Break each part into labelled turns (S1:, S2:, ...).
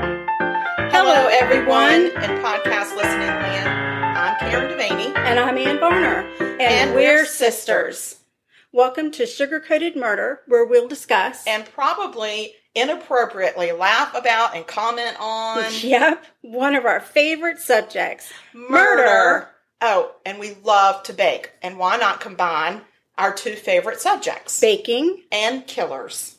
S1: Hello, everyone in podcast listening land. I'm Karen Devaney,
S2: And I'm Ann Barner. And, Welcome to Sugar Coated Murder, where we'll discuss.
S1: and probably inappropriately laugh about and comment on
S2: yep, one of our favorite subjects.
S1: murder. Oh, and we love to bake, and why not combine our two favorite subjects
S2: Baking.
S1: and killers?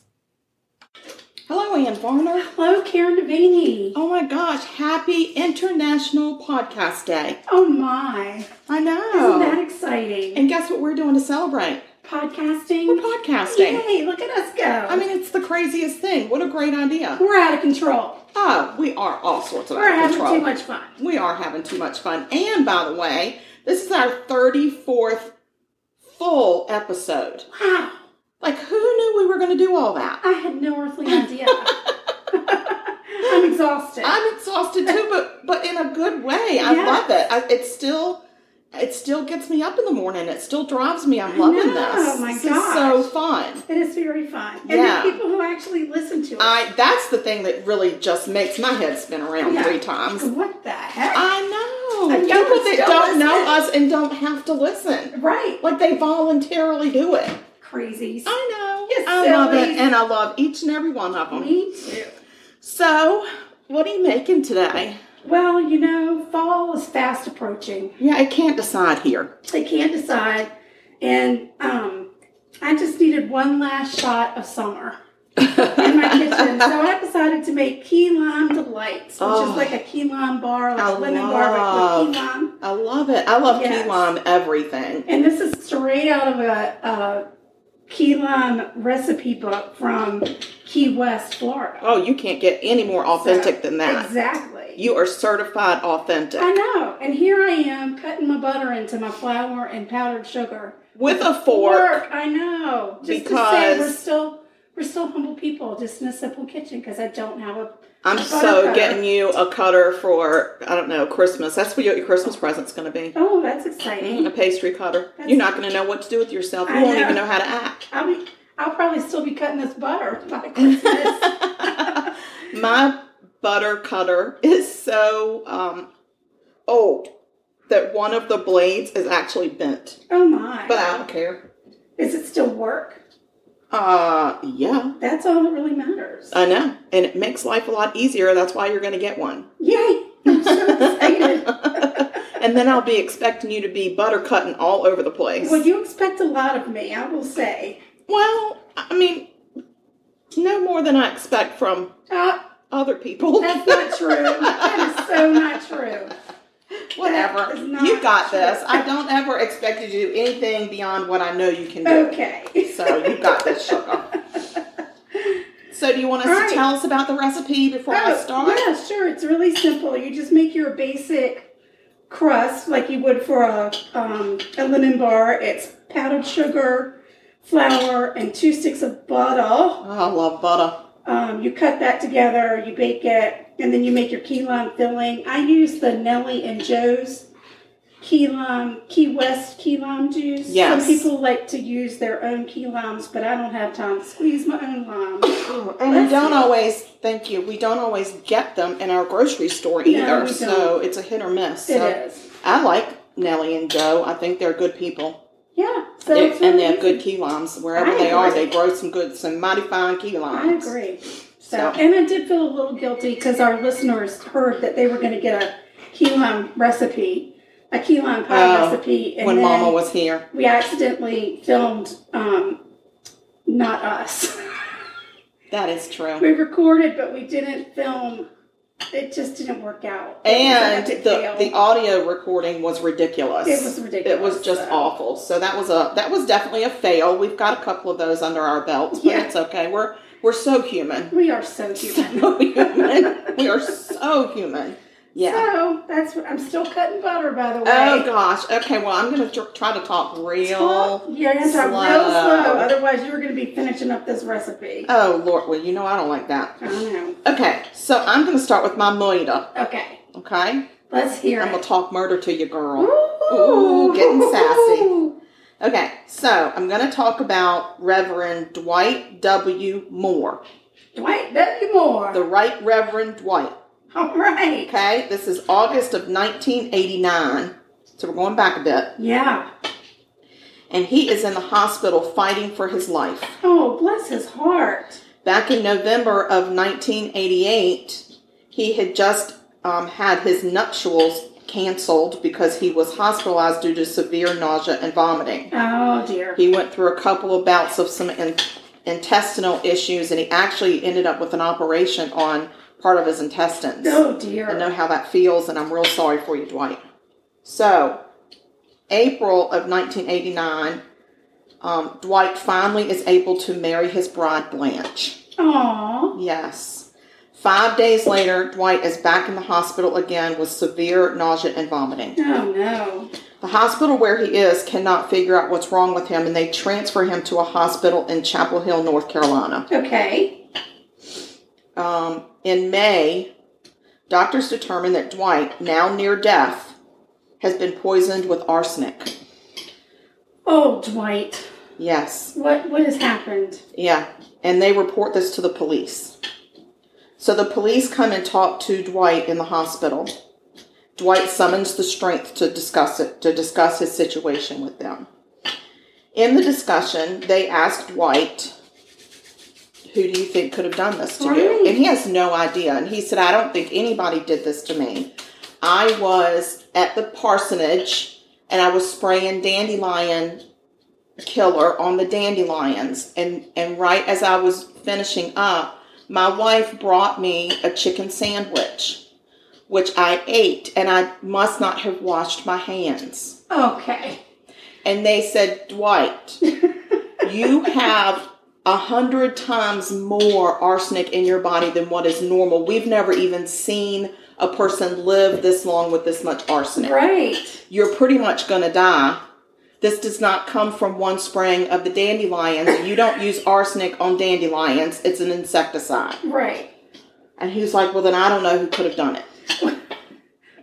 S1: Hello, Ann Varner.
S2: Hello, Karen Devaney.
S1: Oh my gosh, happy International Podcast Day.
S2: Oh my.
S1: I know.
S2: exciting?
S1: Oh. and guess what we're doing to celebrate? We're
S2: Podcasting.
S1: podcasting.
S2: look at us go.
S1: I mean, it's the craziest thing. What a great idea.
S2: we're out of control.
S1: Oh, we are all sorts of out of control.
S2: fun.
S1: We are having too much fun. And by the way, this is our 34th full episode.
S2: Wow.
S1: Like, who knew we were going to do all that?
S2: I had no earthly idea. I'm exhausted.
S1: I'm exhausted too, but but in a good way. I
S2: Yes.
S1: love it. I, it still it still gets me up in the morning. It still drives me. I'm loving
S2: know.
S1: this.
S2: Oh, my
S1: This is
S2: gosh.
S1: so fun.
S2: It is very fun. And
S1: Yeah. Um,
S2: the people who actually listen to it.
S1: I that's the thing that really just makes my head spin around
S2: Yeah.
S1: three times. Um,
S2: what the heck?
S1: I know.
S2: I know,
S1: People
S2: but
S1: that
S2: still
S1: don't know
S2: listen.
S1: us and don't have to listen.
S2: right.
S1: Like they voluntarily do it.
S2: Crazies.
S1: I know.
S2: You're
S1: I love
S2: silly.
S1: it. And I love each and every one of them.
S2: Me too.
S1: So, what are you making today?
S2: Well, you know, fall is fast approaching.
S1: Yeah, I can't decide here.
S2: They can't decide. And um, I just needed one last shot of summer in my kitchen. So I decided to make key lime delights, which
S1: Oh.
S2: is like a key lime bar, like
S1: I
S2: a lemon bar, but
S1: love-
S2: with key lime.
S1: I love it. I love
S2: Yes.
S1: key lime everything.
S2: And this is straight out of a, a key lime recipe book from Key West, Florida.
S1: Oh, you can't get any more authentic than that.
S2: Exactly.
S1: You are certified authentic.
S2: I know. And here I am cutting my butter into my flour and powdered sugar.
S1: With a fork.
S2: I know. Just to say we're
S1: Because-
S2: still we're still humble people, just in a simple kitchen because I don't have a
S1: I'm
S2: butter
S1: so
S2: cutter.
S1: getting you a cutter for, I don't know, Christmas. That's what your your Christmas present's going to be.
S2: Oh, that's
S1: Mm,
S2: exciting.
S1: a pastry cutter.
S2: That's-
S1: You're not going to know what to do with yourself. You
S2: I
S1: won't
S2: know.
S1: even know how to act.
S2: I'll be I'll probably still be cutting this butter by Christmas.
S1: My butter cutter is so um, old that one of the blades is actually bent,
S2: oh my.
S1: but I don't care.
S2: Is it still work?
S1: Uh, yeah,
S2: That's all that really matters.
S1: I know, and it makes life a lot easier. That's why you're going to get one.
S2: Yay! I'm so excited.
S1: and then I'll be expecting you to be butter cutting all over the place.
S2: well, you expect a lot of me, I will say.
S1: Well, I mean, no more than I expect from
S2: Uh,
S1: other people.
S2: That's not true. That is so not true.
S1: Whatever.
S2: That is not
S1: You got
S2: true.
S1: this. I don't ever expect you to do anything beyond what I know you can do.
S2: Okay.
S1: So you got this, sugar. So do you want us
S2: All
S1: to
S2: right.
S1: tell us about the recipe before I start?
S2: Oh, yeah, sure. It's really simple. You just make your basic crust like you would for a, um, a lemon bar. It's powdered sugar, flour, and two sticks of butter.
S1: Oh, I love butter.
S2: Um, you cut that together, you bake it, and then you make your key lime filling. I use the Nellie and Joe's key lime, Key West key lime juice.
S1: Yes.
S2: Some people like to use their own key limes, but I don't have time to squeeze my own lime.
S1: And we
S2: Let's
S1: don't
S2: see.
S1: always, thank you, we don't always get them in our grocery store either.
S2: we
S1: So
S2: don't.
S1: it's a hit or miss.
S2: It
S1: So
S2: is.
S1: I like Nellie and Joe. I think they're good people.
S2: Yeah. So
S1: They-
S2: it's
S1: and
S2: really
S1: they have
S2: easy.
S1: good key limes. Wherever
S2: I
S1: they are,
S2: agree.
S1: they grow some good, some mighty fine key
S2: I
S1: limes.
S2: agree. So,
S1: So-
S2: and I did feel a little guilty because our listeners heard that they were going to get a key lime recipe, a key lime pie
S1: Oh,
S2: recipe, and
S1: When
S2: then
S1: Mama was here.
S2: we accidentally filmed um, not us.
S1: That is true.
S2: we recorded, but we didn't film. It just didn't work out. It was
S1: And
S2: an epic
S1: the,
S2: fail.
S1: the audio recording was ridiculous.
S2: it was ridiculous.
S1: It was just
S2: so.
S1: awful. So that was a that was definitely a fail. We've got a couple of those under our belts, but
S2: Yeah.
S1: it's okay. We're we're so human.
S2: We are so human.
S1: So human. we are so human.
S3: Yeah.
S2: So that's what I'm still cutting butter, by the way.
S1: Oh gosh. Okay. Well, I'm gonna tr- try to talk
S2: Talk-
S1: real.
S2: yeah, you have to talk real
S1: slow.
S2: slow. Otherwise, you're going to be finishing up this recipe.
S1: Oh Lord. Well, you know I don't like that.
S2: I know.
S1: Okay. So I'm gonna start with my moita.
S2: Okay,
S1: Okay.
S2: let's hear
S1: I'm gonna
S2: it.
S1: talk murder to you, girl.
S2: Ooh.
S1: Ooh, getting sassy. Okay. So I'm gonna talk about Reverend Dwight W. Moore,
S2: Dwight W. Moore.
S1: the Right Reverend Dwight.
S2: All right.
S1: Okay. This is August of 1989. So we're going back a bit.
S2: Yeah.
S1: and he is in the hospital fighting for his life.
S2: Oh, bless his heart.
S1: Back in November of 1988, he had just um, had his nuptials canceled because he was hospitalized due to severe nausea and vomiting.
S2: Oh dear.
S1: He went through a couple of bouts of some in- intestinal issues, and he actually ended up with an operation on part of his intestines.
S2: Oh
S1: I
S2: dear.
S1: know how that feels, and I'm real sorry for you, Dwight. So, April of 1989, um, Dwight finally is able to marry his bride, Blanche.
S2: Aw.
S1: Yes. Five days later, Dwight is back in the hospital again with severe nausea and vomiting.
S2: Oh no.
S1: The hospital where he is cannot figure out what's wrong with him, and they transfer him to a hospital in Chapel Hill, North Carolina.
S2: Okay.
S1: Um, in May, doctors determined that Dwight, now near death, has been poisoned with arsenic.
S2: Oh Dwight.
S1: Yes,
S2: What what has happened?
S1: yeah. And they report this to the police. So the police come and talk to Dwight in the hospital. Dwight summons the strength to discuss it, to discuss his situation with them. In the discussion, they ask Dwight, who do you think could have done this to you?
S2: Right.
S1: And he has no idea. And he said, I don't think anybody did this to me. I was at the parsonage and I was spraying dandelion killer on the dandelions. And, and right as I was finishing up, my wife brought me a chicken sandwich, which I ate, and I must not have washed my hands
S2: Okay.
S1: and they said, Dwight, you have a hundred times more arsenic in your body than what is normal. We've never even seen a person live this long with this much arsenic.
S2: Right.
S1: You're pretty much going to die. This does not come from one spraying of the dandelions. You don't use arsenic on dandelions. It's an insecticide.
S2: Right.
S1: And he was like, well, then I don't know who could have done it.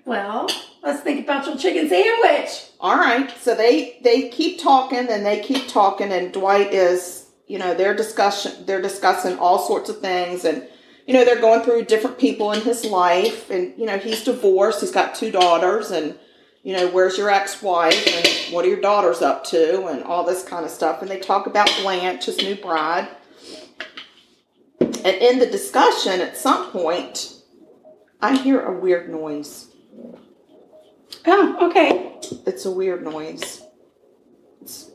S2: Well, let's think about your chicken sandwich.
S1: all right so they they keep talking and they keep talking and dwight is you know they're discussion they're discussing all sorts of things and you know they're going through different people in his life and you know he's divorced he's got two daughters and you know where's your ex-wife and what are your daughters up to and all this kind of stuff and they talk about blanche his new bride and in the discussion at some point i hear a weird noise
S2: Oh, okay.
S1: it's a weird noise. It's,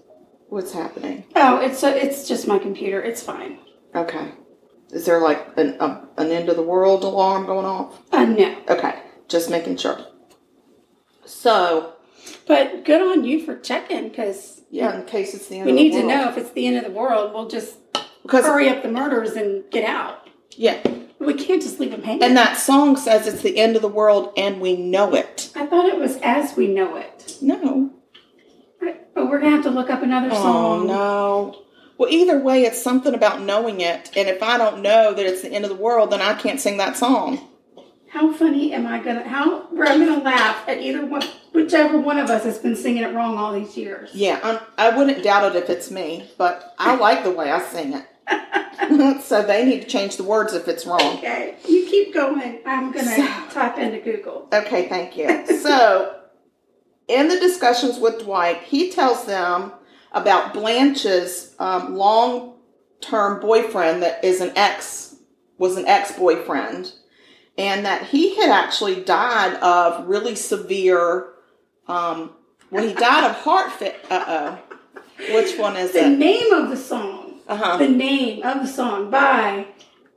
S1: what's happening?
S2: Oh, it's a, it's just my computer. It's fine.
S1: Okay. Is there like an, a, an end of the world alarm going off?
S2: Uh, no.
S1: Okay. Just making sure. So,
S2: But good on you for checking because
S1: yeah, in case it's the end
S2: we
S1: of the
S2: need to
S1: world.
S2: know if it's the end of the world. We'll just
S1: Because,
S2: hurry up the murders and get out.
S1: yeah.
S2: We can't just leave them hanging.
S1: And that song says it's the end of the world and we know it.
S2: I thought it was as we know it.
S1: No.
S2: I- But we're gonna have to look up another
S1: Oh,
S2: song.
S1: no. Well, either way, it's something about knowing it. And if I don't know that it's the end of the world, then I can't sing that song.
S2: How funny am I gonna? How where I'm gonna laugh at either one, whichever one of us has been singing it wrong all these years.
S1: Yeah, I'm, I wouldn't doubt it if it's me, but I like the way I sing it. so they need to change the words if it's wrong.
S2: Okay, you keep going. I'm gonna type into Google.
S1: Okay, thank you. So, in the discussions with Dwight, he tells them about Blanche's um, long-term boyfriend that is an ex was an ex-boyfriend, and that he had actually died of really severe. Um, well, he died of heart fit. Uh oh. Which one is
S2: The
S1: it?
S2: name of the song.
S1: Uh huh.
S2: The name of the song by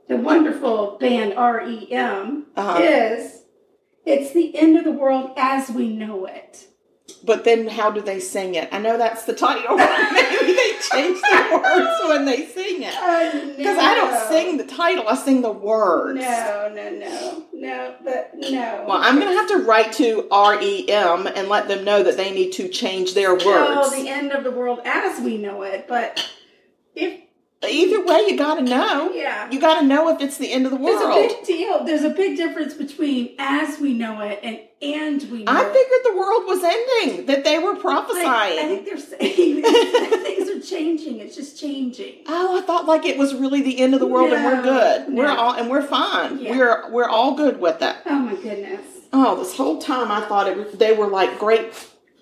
S2: the wonderful band E REM
S1: Uh-huh.
S2: is "It's the End of the World as We Know It."
S1: But then how do they sing it? I know that's the title. Maybe they change the words when they sing it. Because
S2: Because
S1: Uh, I don't sing the title, I sing the words.
S2: No, no, no, no, but no.
S1: Well, I'm going to have to write to REM and let them know that they need to change their words.
S2: Oh, the end of the world as we know it, but if oh,
S1: Either way, you got to know.
S2: yeah,
S1: You got to know if it's the end of the
S2: there's
S1: world.
S2: a big deal. There's a big difference between as we know it and and we know.
S1: I
S2: it.
S1: figured the world was ending, that they were
S2: Like,
S1: prophesying.
S2: I think they're saying things are changing. It's just changing.
S1: Oh, I thought like it was really the end of the world, and we're
S2: No,
S1: good. We're
S2: no.
S1: all and we're fine.
S2: Yeah.
S1: We're we're all good with that.
S2: Oh my goodness.
S1: Oh, this whole time I thought it, they were like great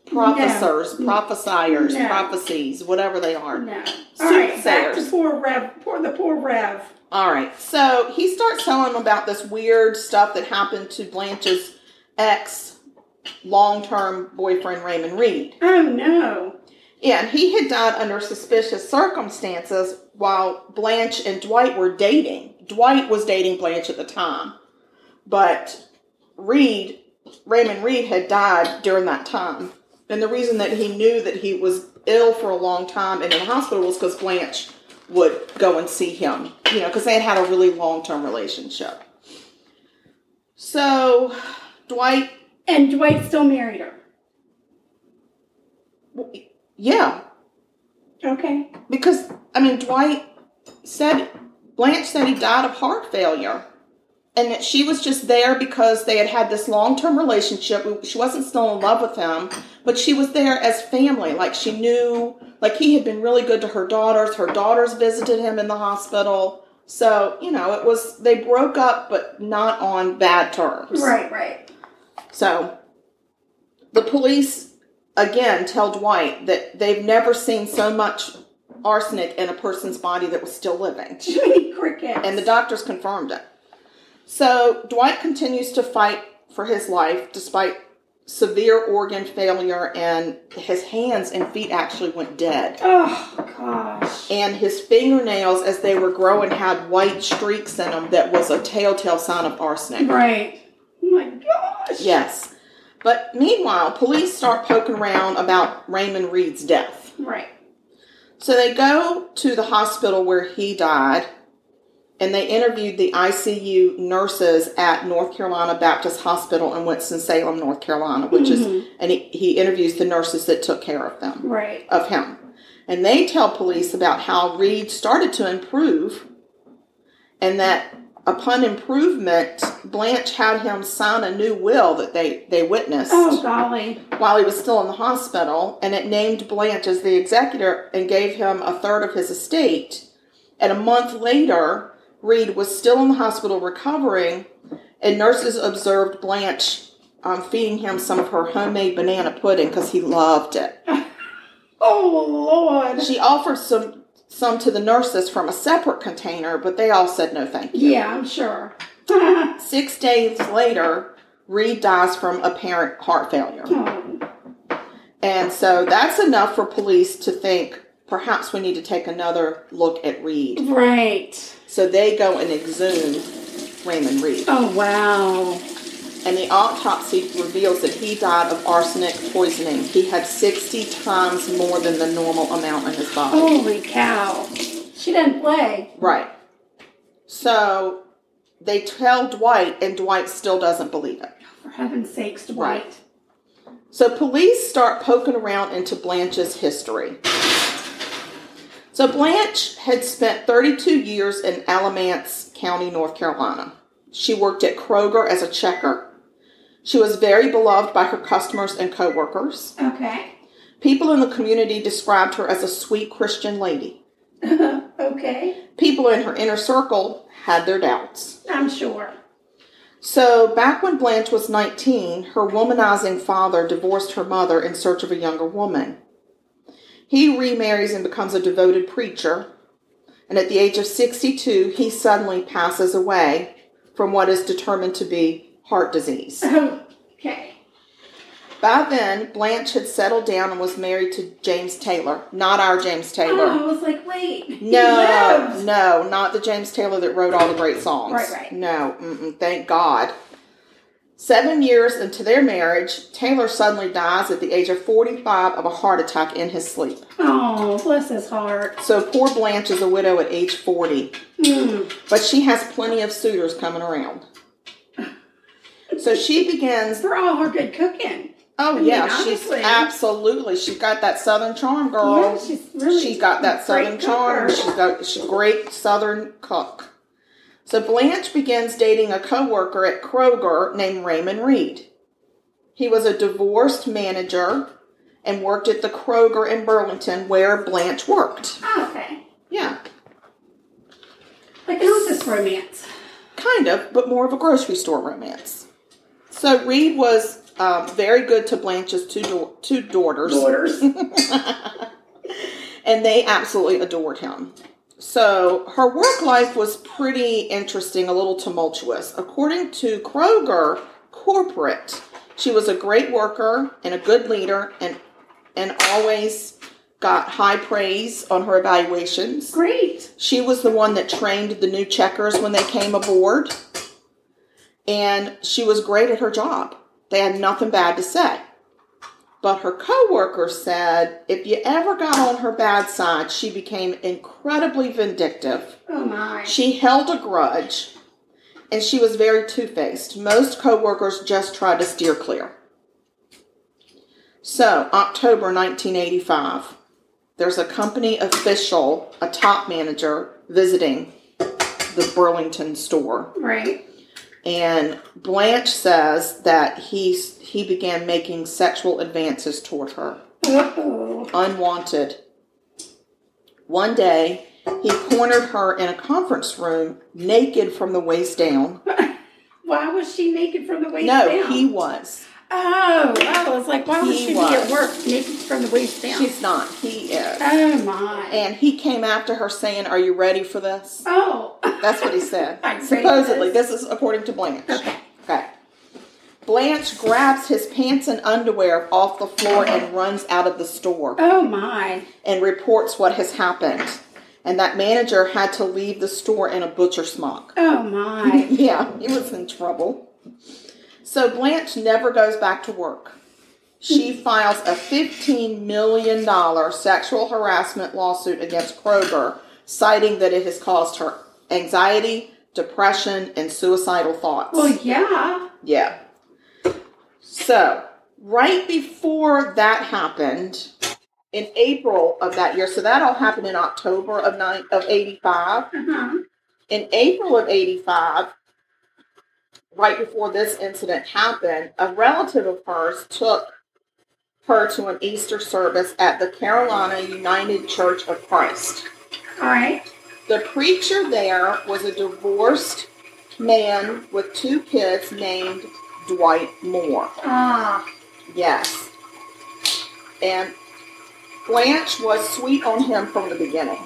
S1: prophesors,
S2: No.
S1: prophesiers,
S2: No.
S1: prophecies, whatever they are.
S2: No. All right, back
S1: Soothsayers.
S2: to poor Rev. Poor the poor Rev.
S1: All right, so he starts telling them about this weird stuff that happened to Blanche's ex long-term boyfriend Raymond Reed.
S2: Oh no.
S1: Yeah, and he had died under suspicious circumstances while Blanche and Dwight were dating. Dwight was dating Blanche at the time, but Reed, Raymond Reed, had died during that time. And the reason that he knew that he was ill for a long time and in the hospital was because Blanche would go and see him, you know, because they had had a really long term relationship. So, Dwight,
S2: And Dwight still married her.
S1: yeah,
S2: Okay.
S1: Because I mean, Dwight said Blanche said he died of heart failure, and that she was just there because they had had this long-term relationship. She wasn't still in love with him, but she was there as family. Like she knew, like he had been really good to her daughters. Her daughters visited him in the hospital. So you know, it was they broke up, but not on bad terms.
S2: Right. Right.
S1: So the police again tell Dwight that they've never seen so much arsenic in a person's body that was still living.
S2: Jiminy Cricket.
S1: And the doctors confirmed it. So Dwight continues to fight for his life despite severe organ failure and his hands and feet actually went dead.
S2: Oh gosh.
S1: And his fingernails as they were growing had white streaks in them that was a telltale sign of arsenic.
S2: Right. Oh my gosh.
S1: Yes. But meanwhile, police start poking around about Raymond Reed's death.
S2: Right.
S1: So they go to the hospital where he died and they interviewed the ICU nurses at North Carolina Baptist Hospital in Winston-Salem, North Carolina, which
S2: Mm-hmm.
S1: is, and he, he interviews the nurses that took care of them
S2: Right.
S1: of him. And they tell police about how Reed started to improve and that upon improvement, Blanche had him sign a new will that they, they witnessed
S2: Oh golly.
S1: while he was still in the hospital, and it named Blanche as the executor and gave him a third of his estate. And a month later, Reed was still in the hospital recovering, and nurses observed Blanche um, feeding him some of her homemade banana pudding because he loved it.
S2: Oh lord.
S1: She offered some some to the nurses from a separate container, but they all said no thank you.
S2: Yeah, I'm sure. oh,
S1: Six days later, Reed dies from apparent heart failure. And so that's enough for police to think perhaps we need to take another look at Reed.
S2: right.
S1: So they go and exhume Raymond Reed.
S2: Oh wow.
S1: And the autopsy reveals that he died of arsenic poisoning. He had 60 times more than the normal amount in his body.
S2: Holy cow. She didn't play.
S1: Right. So they tell Dwight, and Dwight still doesn't believe it.
S2: For heaven's sakes, Dwight.
S1: Right. So police start poking around into Blanche's history. So Blanche had spent 32 years in Alamance County, North Carolina. She worked at Kroger as a checker. She was very beloved by her customers and coworkers.
S2: Okay.
S1: People in the community described her as a sweet Christian lady.
S2: okay.
S1: People in her inner circle had their doubts.
S2: I'm sure.
S1: So, back when Blanche was 19, her womanizing father divorced her mother in search of a younger woman. He remarries and becomes a devoted preacher, and at the age of 62, he suddenly passes away from what is determined to be heart disease.
S2: Okay.
S1: By then, Blanche had settled down and was married to James Taylor, not our James Taylor.
S2: Oh, I was like, wait. he
S1: No,
S2: lives.
S1: no, not the James Taylor that wrote all the great songs.
S2: Right, right.
S1: No, mm-mm, thank God. Seven years into their marriage, Taylor suddenly dies at the age of 45 of a heart attack in his sleep.
S2: Oh, bless his heart.
S1: So poor Blanche is a widow at age 40,
S2: Mm.
S1: but she has plenty of suitors coming around. So she begins.
S2: For all her good cooking.
S1: Oh
S2: I mean,
S1: yeah, she's
S2: obviously.
S1: absolutely. She's got that southern charm, girl.
S2: Yeah, she's really
S1: she's got that
S2: a
S1: southern
S2: great
S1: charm.
S2: cooker.
S1: She's got she's a great southern cook. So Blanche begins dating a coworker at Kroger named Raymond Reed. He was a divorced manager and worked at the Kroger in Burlington where Blanche worked.
S2: Oh, okay.
S1: Yeah,
S2: Like, how's this romance?
S1: kind of, but more of a grocery store romance. So Reed was um, very good to Blanche's two dau- two daughters.
S2: Daughters.
S1: and they absolutely adored him. So her work life was pretty interesting, a little tumultuous. According to Kroger Corporate, she was a great worker and a good leader and and always got high praise on her evaluations.
S2: Great.
S1: She was the one that trained the new checkers when they came aboard. And she was great at her job. They had nothing bad to say. But her coworker said if you ever got on her bad side, she became incredibly vindictive.
S2: Oh, my.
S1: She held a grudge and she was very two-faced. Most coworkers just tried to steer clear. So, October 1985, there's a company official, a top manager visiting the Burlington store
S2: Right.
S1: and Blanche says that he he began making sexual advances toward her,
S2: Uh-oh.
S1: unwanted. One day, he cornered her in a conference room, naked from the waist down.
S2: Why was she naked from the waist down?
S1: No, he was.
S2: Oh, oh, it's like, why would
S1: He
S2: she be
S1: was.
S2: at work naked from the waist down?
S1: He's not. He is.
S2: oh, my.
S1: And he came after her saying, "Are you ready for this?"
S2: Oh.
S1: That's what he said.
S2: I'm ready for
S1: Supposedly, this is according to Blanche.
S2: Okay.
S1: Okay. Blanche grabs his pants and underwear off the floor and runs out of the store.
S2: Oh, my.
S1: and reports what has happened. And that manager had to leave the store in a butcher smock.
S2: Oh, my.
S1: Yeah, he was in trouble. So Blanche never goes back to work. She files a $15 million sexual harassment lawsuit against Kroger, citing that it has caused her anxiety, depression, and suicidal thoughts.
S2: well, yeah.
S1: Yeah. So, right before that happened, in April of that year, so that all happened in October of nine of eighty five.
S2: Uh-huh.
S1: In April of eighty five, right before this incident happened, a relative of hers took her to an Easter service at the Carolina United Church of Christ.
S2: All right.
S1: The preacher there was a divorced man with two kids named Dwight Moore.
S2: Ah.
S1: Yes. And Blanche was sweet on him from the beginning.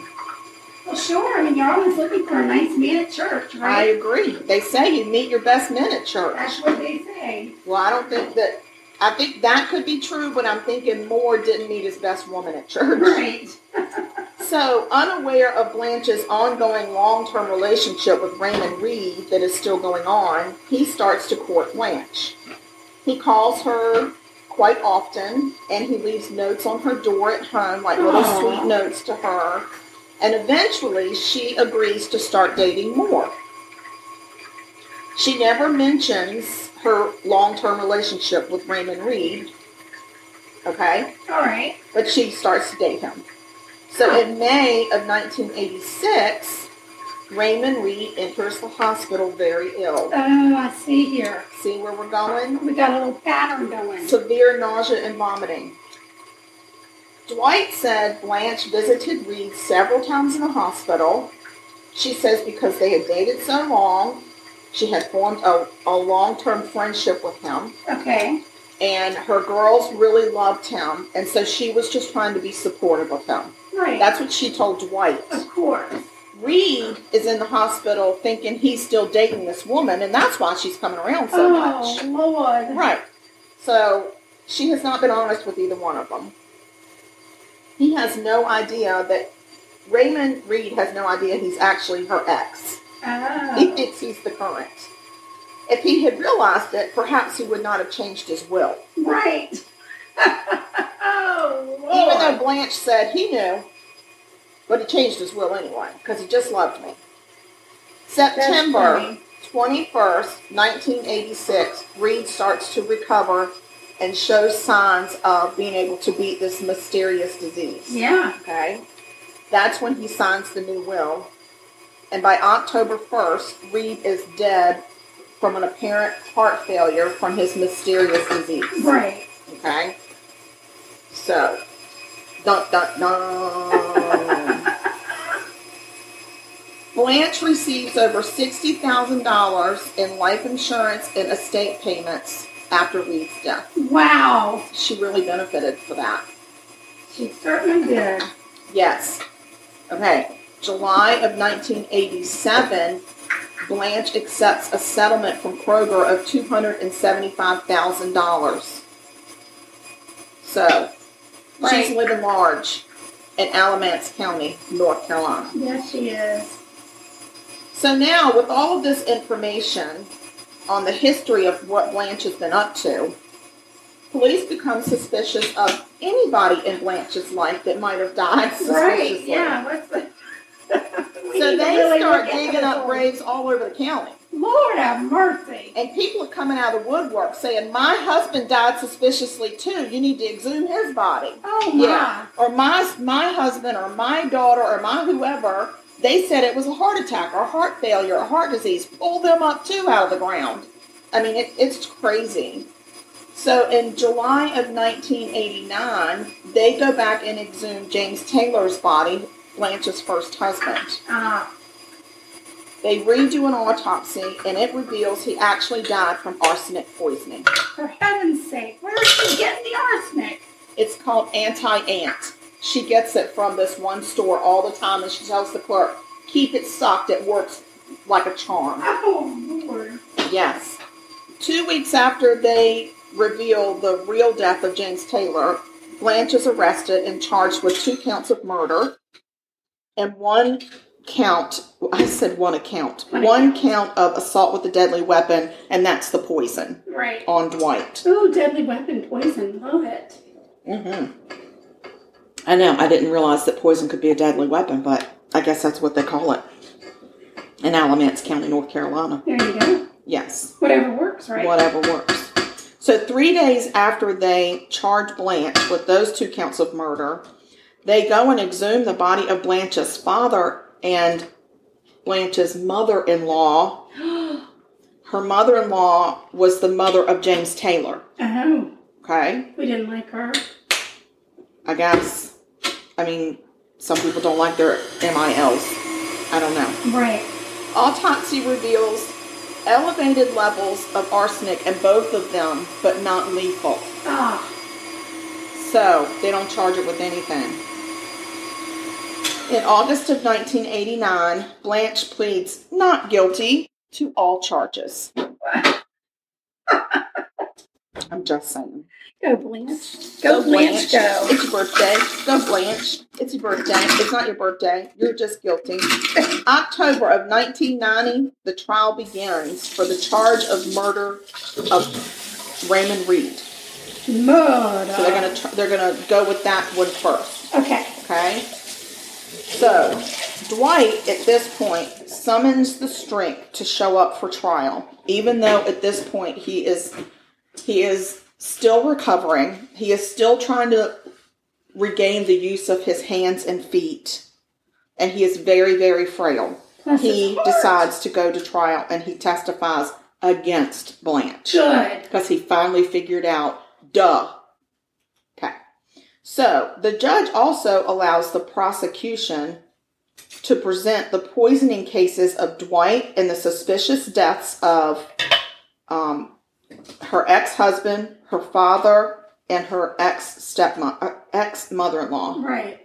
S2: Well, sure. I mean, you're always looking for a nice man at church,
S1: I
S2: right?
S1: agree. They say you meet your best men at church.
S2: That's what they say.
S1: Well, I don't think that. I think that could be true, but I'm thinking Moore didn't meet his best woman at church.
S2: Right.
S1: So, unaware of Blanche's ongoing long term relationship with Raymond Reed that is still going on, he starts to court Blanche. He calls her quite often and he leaves notes on her door at home, like little
S2: Aw.
S1: sweet notes to her. And eventually she agrees to start dating more. She never mentions her long term relationship with Raymond Reed. Okay?
S2: All right.
S1: but she starts to date him. So in May of 1986, Raymond Reed enters the hospital very ill.
S2: Oh, I see here.
S1: See where we're going?
S2: We got a little pattern going.
S1: Severe nausea and vomiting. Dwight said Blanche visited Reed several times in the hospital. She says because they had dated so long, she had formed a, a long-term friendship with him.
S2: Okay.
S1: And her girls really loved him, and so she was just trying to be supportive of him.
S2: Right.
S1: That's what she told Dwight.
S2: of course.
S1: Reed is in the hospital thinking he's still dating this woman, and that's why she's coming around so
S2: oh,
S1: much.
S2: Lord.
S1: Right. So she has not been honest with either one of them. He has no idea that Raymond Reed has no idea he's actually her ex. He
S2: Oh.
S1: thinks he's the current. If he had realized it, perhaps he would not have changed his will.
S2: Right. oh,
S1: Even though
S2: Lord.
S1: Blanche said he knew, but he changed his will anyway because he just loved me. September
S2: funny.
S1: 21st, 1986, Reed starts to recover and shows signs of being able to beat this mysterious disease.
S2: yeah.
S1: Okay. That's when he signs the new will. And by October 1st, Reed is dead from an apparent heart failure from his mysterious disease.
S2: Right.
S1: Okay. So, dun dun dun. Blanche receives over sixty thousand dollars in life insurance and estate payments after Reed's death.
S2: Wow.
S1: She really benefited for that.
S2: She certainly did.
S1: Yes. Okay. July of 1987, Blanche accepts a settlement from Kroger of $275,000. So,
S2: Right.
S1: she's living large in Alamance County, North Carolina.
S2: Yes, she is.
S1: So now, with all of this information on the history of what Blanche has been up to, police become suspicious of anybody in Blanche's life that might have died.
S2: Right.
S1: suspiciously.
S2: Yeah. What's the... We
S1: So
S2: need to
S1: they
S2: really
S1: start
S2: look at
S1: digging
S2: this.
S1: up graves all over the county.
S2: Lord have mercy.
S1: And people are coming out of the woodwork saying, My husband died suspiciously too. You need to exhume his body.
S2: Oh my.
S1: Or my my husband or my daughter or my whoever, they said it was a heart attack or heart failure or heart disease. Pull them up too out of the ground. I mean, it, it's crazy. So in July of 1989, they go back and exhume James Taylor's body, Blanche's first husband.
S2: Ah.
S1: They redo an autopsy and it reveals he actually died from arsenic poisoning.
S2: for heaven's sake, where is she getting the arsenic?
S1: It's called anti ant. She gets it from this one store all the time and she tells the clerk, keep it stocked, it works like a charm.
S2: Oh Lord.
S1: Yes. Two weeks after they reveal the real death of James Taylor, Blanche is arrested and charged with two counts of murder and one count, I said one account,
S2: One
S1: one count of assault with a deadly weapon, and that's the poison
S2: Right.
S1: on Dwight.
S2: Ooh, deadly weapon poison. Love it.
S1: Mm-hmm. I know, I didn't realize that poison could be a deadly weapon, but I guess that's what they call it in Alamance County, North Carolina.
S2: There you go.
S1: Yes.
S2: Whatever works, right?
S1: whatever works. So three days after they charge Blanche with those two counts of murder, they go and exhume the body of Blanche's father and Blanche's mother-in-law. Her mother-in-law was the mother of James Taylor.
S2: Oh,
S1: Okay,
S2: we didn't like her.
S1: I guess. I mean, some people don't like their MILs. I don't know.
S2: Right.
S1: Autopsy reveals elevated levels of arsenic in both of them, but not lethal.
S2: Ah,
S1: So they don't charge it with anything. In August of 1989, Blanche pleads not guilty to all charges. I'm just saying.
S2: go Blanche. Go, Blanche, go.
S1: It's your birthday. Go Blanche. It's your birthday. It's not your birthday. You're just guilty. October of 1990, the trial begins for the charge of murder of Raymond Reed.
S2: Murder.
S1: So they're gonna tr- they're gonna go with that one first.
S2: Okay.
S1: Okay. So Dwight, at this point, summons the strength to show up for trial, even though at this point he is he is still recovering. He is still trying to regain the use of his hands and feet, and he is very very frail.
S2: Plus
S1: He
S2: it's hard.
S1: decides to go to trial, and he testifies against Blanche
S2: Good.
S1: because he finally figured out, duh. Okay. So the judge also allows the prosecution to present the poisoning cases of Dwight and the suspicious deaths of um, her ex husband, her father, and her ex stepmother, ex mother in law.
S2: Right.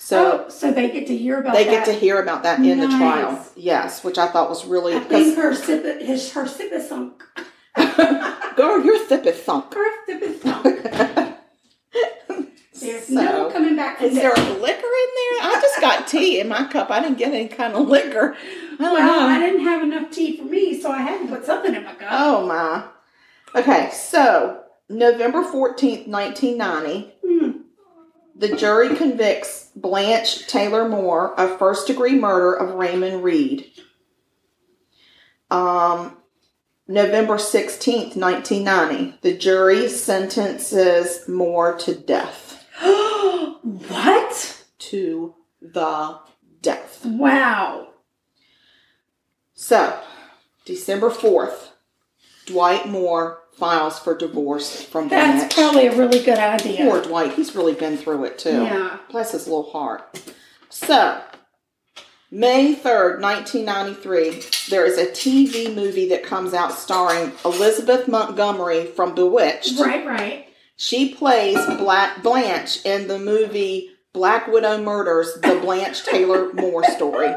S1: So
S2: oh, so they get to hear about
S1: they
S2: that.
S1: get to hear about that in the
S2: Nice.
S1: trial. Yes, which I thought was really
S2: I think her sip, his her sip is sunk.
S1: girl, you're thippy thunk.
S2: Her sip is sunk. There's no
S1: So-
S2: coming back from
S1: Is there
S2: this.
S1: liquor in there? I just got tea in my cup. I didn't get any kind of liquor. don't
S2: well,
S1: know.
S2: I didn't have enough tea for me, so I had to put something in my cup.
S1: Oh my. Okay, so November 14th, 1990,
S2: Hmm.
S1: the jury convicts Blanche Taylor Moore of first degree murder of Raymond Reed. Um, November 16th, 1990, the jury sentences Moore to death.
S2: Hmm. what?
S1: To the death.
S2: Wow.
S1: So, December 4th, Dwight Moore files for divorce from Blanche.
S2: That's probably a really good idea.
S1: Poor Dwight, he's really been through it too.
S2: Yeah.
S1: Bless his little heart. So, May 3rd, 1993, there is a TV movie that comes out starring Elizabeth Montgomery from Bewitched.
S2: Right, right.
S1: She plays Black Blanche in the movie Black Widow Murders, the Blanche Taylor Moore story.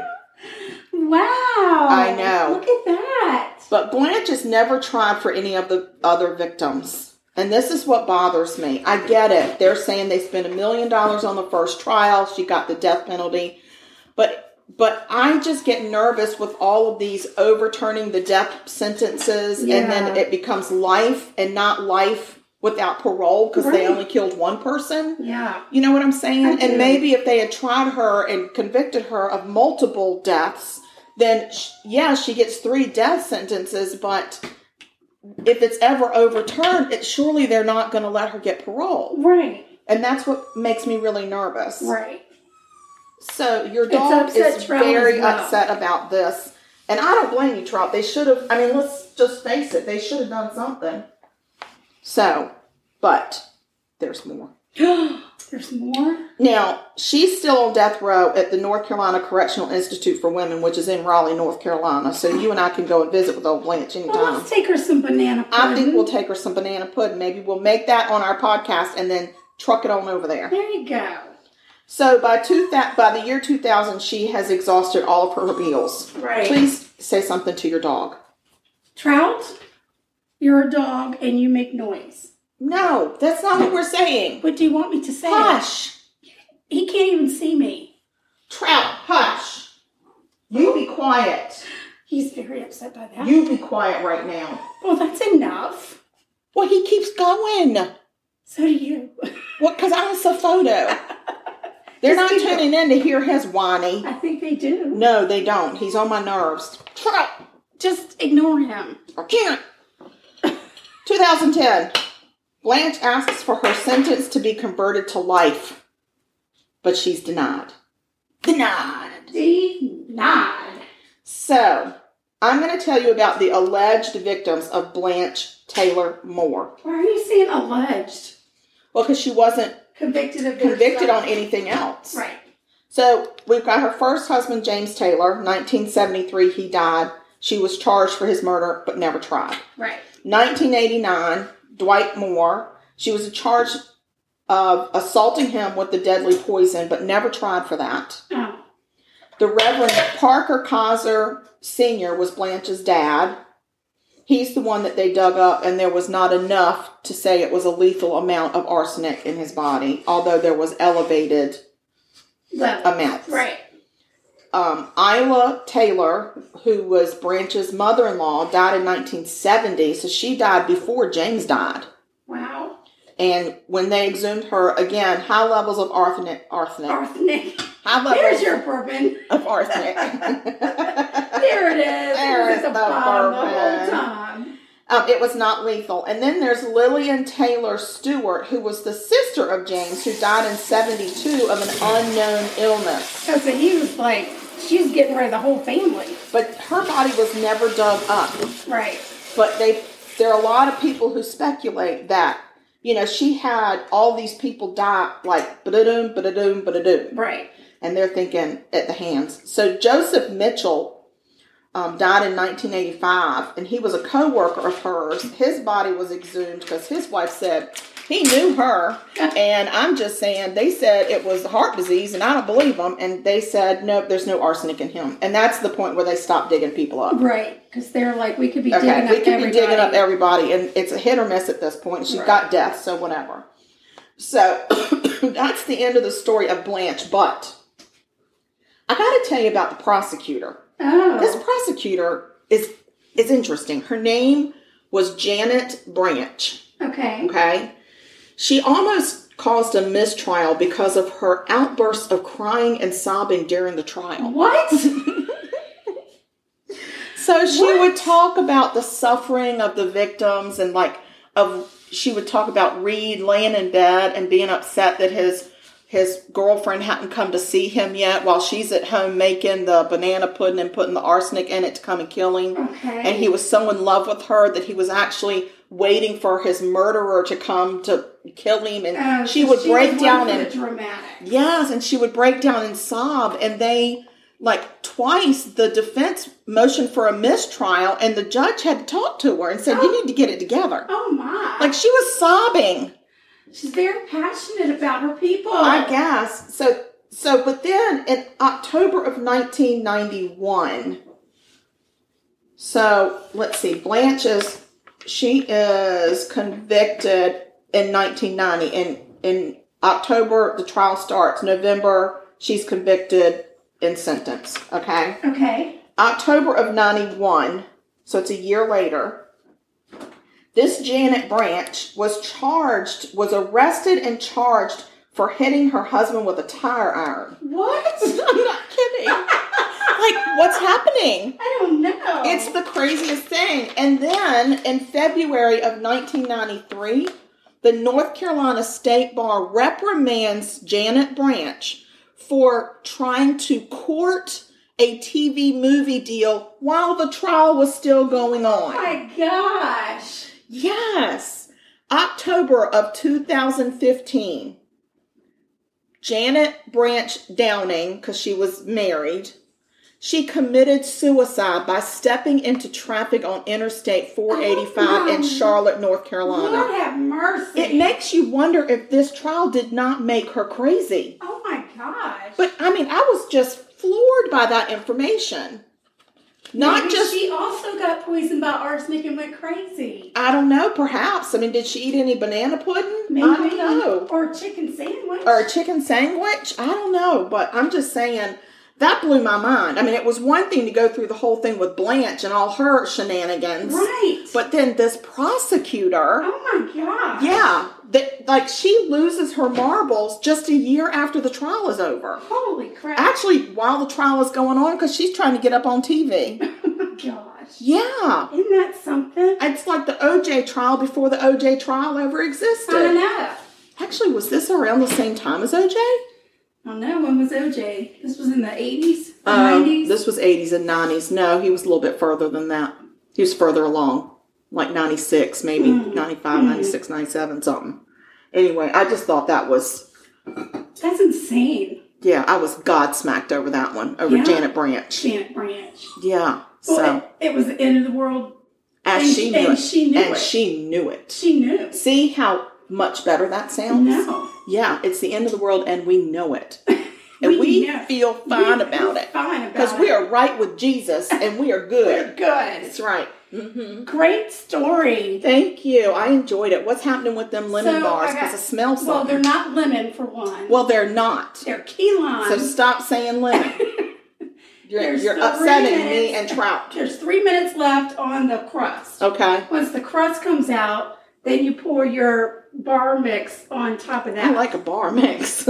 S2: Wow.
S1: I know.
S2: Look at that.
S1: But Blanche is never tried for any of the other victims. And this is what bothers me. I get it. They're saying they spent a million dollars on the first trial. She got the death penalty. But but I just get nervous with all of these overturning the death sentences and then
S2: Yeah.
S1: it becomes life and not life without parole because they
S2: Right.
S1: only killed one person.
S2: Yeah.
S1: You know what I'm saying?
S2: I do.
S1: and maybe if they had tried her and convicted her of multiple deaths, then sh- yeah, she gets three death sentences, but if it's ever overturned, it surely they're not going to let her get parole.
S2: Right.
S1: And that's what makes me really nervous.
S2: Right.
S1: So your
S2: It's
S1: dog
S2: upset
S1: is
S2: Trout as
S1: very
S2: well.
S1: upset about this. And I don't blame you, Trout. They should have, I mean, let's just face it, they should have done something. So, but there's more.
S2: There's more.
S1: Now, she's still on death row at the North Carolina Correctional Institute for Women, which is in Raleigh, North Carolina. So you and I can go and visit with old Blanche
S2: Well,
S1: anytime.
S2: let's take her some banana
S1: I think
S2: pudding.
S1: we'll take her some banana pudding. Maybe we'll make that on our podcast and then truck it on over there.
S2: There you go.
S1: So by two thou- by the year 2000, she has exhausted all of her appeals.
S2: Right.
S1: Please say something to your dog.
S2: Trout, you're a dog and you make noise.
S1: No, that's not what we're saying.
S2: What do you want me to say?
S1: Hush,
S2: He can't even see me.
S1: Trout. Hush. You be quiet.
S2: He's very upset by that.
S1: You be quiet right now.
S2: well, that's enough.
S1: Well, he keeps going.
S2: So do you.
S1: Well, because I saw photo. They're not
S2: Just keep
S1: tuning in to hear his whiny.
S2: I think they do.
S1: No, they don't. He's on my nerves. Trout,
S2: Just ignore him.
S1: I can't. 2010. Blanche asks for her sentence to be converted to life, but she's denied. Denied.
S2: Denied.
S1: So, I'm going to tell you about the alleged victims of Blanche Taylor Moore.
S2: Why are you saying alleged?
S1: Well, because she wasn't
S2: Convicted of
S1: convicted
S2: yourself.
S1: on anything else.
S2: Right.
S1: So we've got her first husband, James Taylor, 1973. He died. She was charged for his murder, but never tried.
S2: Right.
S1: 1989, Dwight Moore. She was charged of assaulting him with the deadly poison, but never tried for that.
S2: Oh.
S1: The Reverend Parker Kaiser Sr. was Blanche's dad. He's the one that they dug up, and there was not enough to say it was a lethal amount of arsenic in his body, although there was elevated
S2: Level.
S1: amounts
S2: Right.
S1: um, Isla Taylor, who was Branch's mother in law, died in 1970. So she died before James died.
S2: Wow.
S1: And when they exhumed her, again, high levels of arsenic. arsenic
S2: Arsenic.
S1: high
S2: There's
S1: levels
S2: Oh, your bourbon.
S1: of arsenic.
S2: There it is.
S1: There
S2: it was
S1: is
S2: a
S1: the
S2: bomb the whole
S1: bourbon.
S2: time.
S1: um, it was not lethal. And then there's Lillian Taylor Stewart, who was the sister of James, who died in 72 of an unknown illness.
S2: So, so he was like, she's getting rid of the whole family.
S1: But her body was never dug up.
S2: Right.
S1: but they there are a lot of people who speculate that you know she had all these people die like ba-da-doom ba-da-doom ba-da-doom
S2: Right.
S1: and they're thinking at the hands so joseph mitchell um, died in 1985 and he was a co-worker of hers his body was exhumed because his wife said he knew her and i'm just saying they said it was heart disease and i don't believe them and they said no there's no arsenic in him and that's the point where they stopped digging people up
S2: Right. Because they're like, we could be
S1: Okay,
S2: digging
S1: we
S2: up
S1: could be
S2: everybody.
S1: digging up everybody, and it's a hit or miss at this point. She
S2: Right.
S1: got death, so whatever. So that's the end of the story of Blanche. But I got to tell you about the prosecutor.
S2: Oh.
S1: This prosecutor is is interesting. Her name was Janet Branch.
S2: okay.
S1: Okay. She almost caused a mistrial because of her outbursts of crying and sobbing during the trial.
S2: What?
S1: So she
S2: What?
S1: would talk about the suffering of the victims and like of she would talk about Reed laying in bed and being upset that his his girlfriend hadn't come to see him yet while she's at home making the banana pudding and putting the arsenic in it to come and kill him.
S2: okay.
S1: and he was so in love with her that he was actually waiting for his murderer to come to kill him and
S2: Oh,
S1: she
S2: so
S1: would break
S2: went
S1: down
S2: for the
S1: and
S2: dramatic.
S1: yes and she would break down and sob and they like twice the defense motioned for a mistrial and the judge had talked to her and said you need to get it together
S2: Oh my!
S1: like she was sobbing
S2: she's very passionate about her people.
S1: i guess so so but then in october of 1991 So let's see. Blanche is she is convicted in 1990, and in October the trial starts. November she's convicted and sentenced. Okay,
S2: okay.
S1: October of 91. So it's a year later. This Janet Branch was charged, was arrested and charged for hitting her husband with a tire iron.
S2: What?
S1: I'm not kidding. like, what's happening?
S2: I don't know.
S1: It's the craziest thing. And then in February of 1993, the North Carolina State Bar reprimands Janet Branch for trying to court a TV movie deal while the trial was still going on.
S2: Oh my gosh!
S1: Yes. October of 2015. Janet Branch Downing, because she was married, she committed suicide by stepping into traffic on Interstate 485 in
S2: Oh, no.
S1: Charlotte, North Carolina.
S2: Lord have mercy!
S1: It makes you wonder if this trial did not make her crazy.
S2: oh my gosh!
S1: But I mean, I was just floored by that information. Not
S2: Maybe
S1: just
S2: She also got poisoned by arsenic and went crazy.
S1: I don't know, perhaps. I mean, did she eat any banana pudding?
S2: Maybe.
S1: I don't know.
S2: Or chicken sandwich.
S1: Or a chicken sandwich? I don't know, but I'm just saying that blew my mind. I mean, it was one thing to go through the whole thing with Blanche and all her shenanigans,
S2: right.
S1: but then this prosecutor,
S2: oh my gosh!
S1: yeah, that like she loses her marbles just a year after the trial is over.
S2: Holy crap!
S1: Actually, while the trial is going on, because she's trying to get up on TV.
S2: oh my gosh!
S1: Yeah.
S2: Isn't that something?
S1: It's like the OJ trial before the OJ trial ever existed.
S2: I know.
S1: Actually, was this around the same time as OJ?
S2: I don't know. Oh, When was OJ? This was in the 80s?
S1: Um,
S2: 90s?
S1: This was 80s and 90s. No, he was a little bit further than that. He was further along, like 96, maybe
S2: Hmm.
S1: 95, 96, 97, something. Anyway, I just thought that was,
S2: That's insane.
S1: yeah, I was godsmacked over that one, over
S2: Yeah.
S1: Janet Branch.
S2: Janet Branch.
S1: Yeah.
S2: Well,
S1: so,
S2: it, it was the end of the world.
S1: as
S2: and-
S1: she knew
S2: and
S1: it.
S2: she knew
S1: and
S2: it.
S1: she knew it.
S2: She knew.
S1: See how much better that sounds?
S2: No.
S1: Yeah, it's the end of the world and we know it. And
S2: We
S1: we,
S2: know.
S1: feel fine
S2: We-
S1: about it.
S2: Fine about
S1: Because we are right with Jesus and we are good.
S2: good.
S1: That's right. hmm
S2: Great story.
S1: Thank you. I enjoyed it. What's happening with them lemon
S2: So,
S1: bars?
S2: I
S1: Because
S2: got-
S1: it smells
S2: Well, they're
S1: something.
S2: not lemon for one.
S1: Well, they're not.
S2: they're key
S1: So
S2: lime.
S1: stop saying lemon. You're,
S2: There's
S1: you're
S2: three
S1: upsetting me
S2: minutes.
S1: and Trout.
S2: There's three minutes left on the crust.
S1: Okay.
S2: Once the crust comes out, then you pour your bar mix on top of that.
S1: I like a bar mix.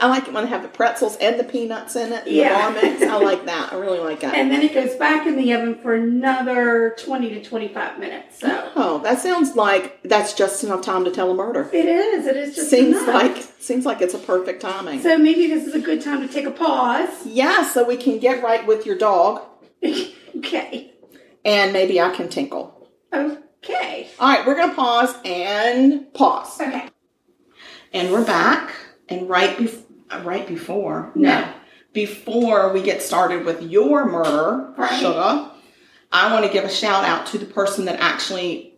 S1: I like it when they have the pretzels and the peanuts in it. Yeah.
S2: Yeah.
S1: The bar mix. I like that. I really like that.
S2: and then it goes back in the oven for another 20 to 25 minutes. So
S1: Oh, that sounds like that's just enough time to tell a murder.
S2: it is. It is just
S1: Seems
S2: enough.
S1: like seems like it's a perfect timing.
S2: So maybe this is a good time to take a pause.
S1: yeah, so we can get right with your dog,
S2: okay.
S1: and maybe I can tinkle.
S2: Okay.
S1: All right, we're going to pause and pause.
S2: Okay.
S1: And we're back. And right bef- uh, right before, no, before we get started with your murder,
S2: Right.
S1: Sugar, I want to give a shout out to the person that actually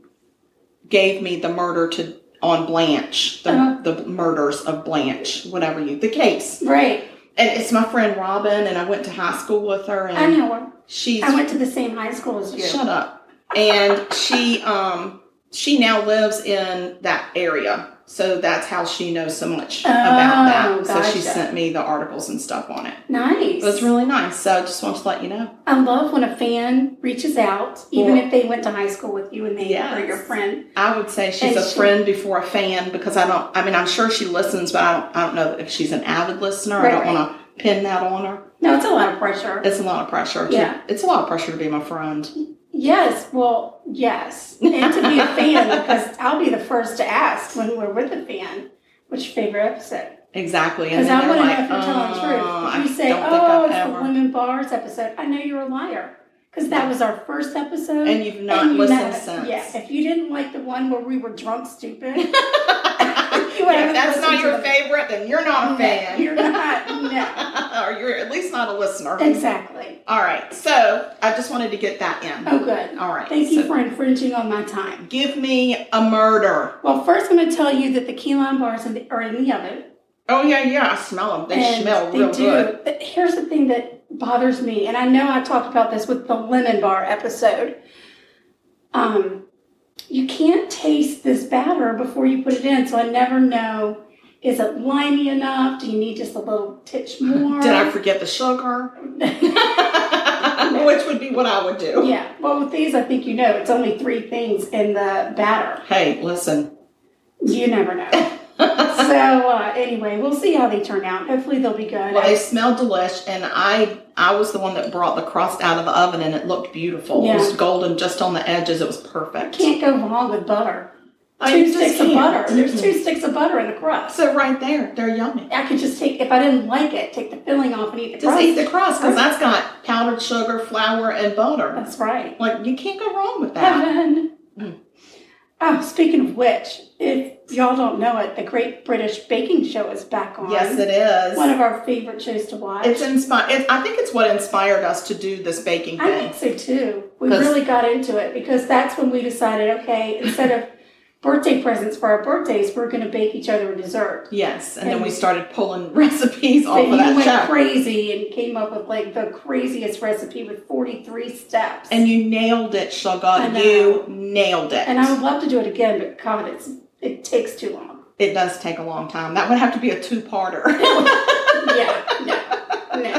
S1: gave me the murder to on Blanche, the,
S2: Uh-huh.
S1: the murders of Blanche, whatever you, the case.
S2: Right.
S1: And it's my friend Robin, and I went to high school with her, and
S2: I know her.
S1: she's
S2: I went to the same high school as you.
S1: Shut up. And she um she now lives in that area. So that's how she knows so much about that. So she
S2: Oh, gotcha.
S1: sent me the articles and stuff on it.
S2: Nice.
S1: It was really nice. So I just wanted to let you know.
S2: I love when a fan reaches out, even
S1: Well-
S2: if they went to high school with you and they are
S1: Yes.
S2: your friend.
S1: I would say she's
S2: And
S1: a
S2: she-
S1: friend before a fan because I don't. I mean, I'm sure she listens, but I don't. I don't know if she's an avid listener. I
S2: Right,
S1: don't
S2: right.
S1: want to pin that on her.
S2: No, it's a lot of pressure.
S1: It's a lot of pressure. to-
S2: Yeah.
S1: it's a lot of pressure to be my friend.
S2: Yes, well, yes. And to be a fan, because I'll be the first to ask when we're with a fan, what's your favorite episode?
S1: Exactly. And
S2: Because I
S1: then
S2: want
S1: they're
S2: to
S1: like,
S2: know if you're telling the
S1: "Uh,
S2: truth. If you
S1: I
S2: say,
S1: don't think
S2: oh,
S1: I've
S2: it's the
S1: ever.
S2: Women Bars episode, I know you're a liar. Because that was our first episode.
S1: And you've not
S2: you
S1: listened
S2: never-
S1: since.
S2: Yeah, if you didn't like the one where we were drunk stupid, you
S1: if
S2: haven't
S1: that's
S2: listened
S1: not
S2: to
S1: your
S2: the-
S1: favorite, then you're not a
S2: No,
S1: fan.
S2: You're not, no.
S1: or you're at least not a listener.
S2: Exactly.
S1: All right. So I just wanted to get that in.
S2: Oh, good.
S1: All right.
S2: Thank
S1: so
S2: you for infringing on my time.
S1: Give me a murder.
S2: Well, first I'm going to tell you that the key lime bars in the, are in the oven.
S1: Oh yeah, yeah. I smell them. They
S2: and
S1: smell
S2: they
S1: real
S2: do.
S1: good.
S2: But here's the thing that bothers me, and I know I talked about this with the lemon bar episode. Um, you can't taste this batter before you put it in, so I never know. Is it limey enough? Do you need just a little titch more?
S1: Did I forget the sugar? Which would be what I would do.
S2: yeah. Well, with these, I think you know it's only three things in the batter.
S1: Hey, listen.
S2: You never know. so uh, anyway, we'll see how they turn out. Hopefully, they'll be good.
S1: Well, they smelled delish, and I I was the one that brought the crust out of the oven, and it looked beautiful. It was golden just on the edges. It was perfect.
S2: can't go wrong with butter.
S1: I
S2: two
S1: just
S2: sticks of
S1: can't. Mm-hmm.
S2: butter. There's two sticks of butter in the crust.
S1: So right there, they're yummy.
S2: I could just take, if I didn't like it, take the filling off and eat the
S1: Just
S2: crust.
S1: eat the crust because that's got powdered sugar, flour, and butter.
S2: That's right.
S1: Like you can't go wrong with that.
S2: Heaven.
S1: Mm.
S2: Oh, speaking of which, if y'all don't know it, the Great British Baking Show is back on.
S1: Yes, it is.
S2: One of our favorite shows to watch.
S1: it's inspired. It, I think it's what inspired us to do this baking
S2: I
S1: thing.
S2: think so too. We
S1: 'Cause-
S2: really got into it because that's when we decided, okay, instead of birthday presents for our birthdays, we're going to bake each other a dessert.
S1: Yes, and, then
S2: And-
S1: we started pulling recipes off of
S2: But you
S1: that
S2: went
S1: show.
S2: crazy and came up with like the craziest recipe with 43 steps.
S1: And you nailed it,
S2: I
S1: Sugar.
S2: know.
S1: You nailed it.
S2: And I would love to do it again, but God, it's, it takes too long.
S1: it does take a long time. That would have to be a two-parter.
S2: Yeah, no, no.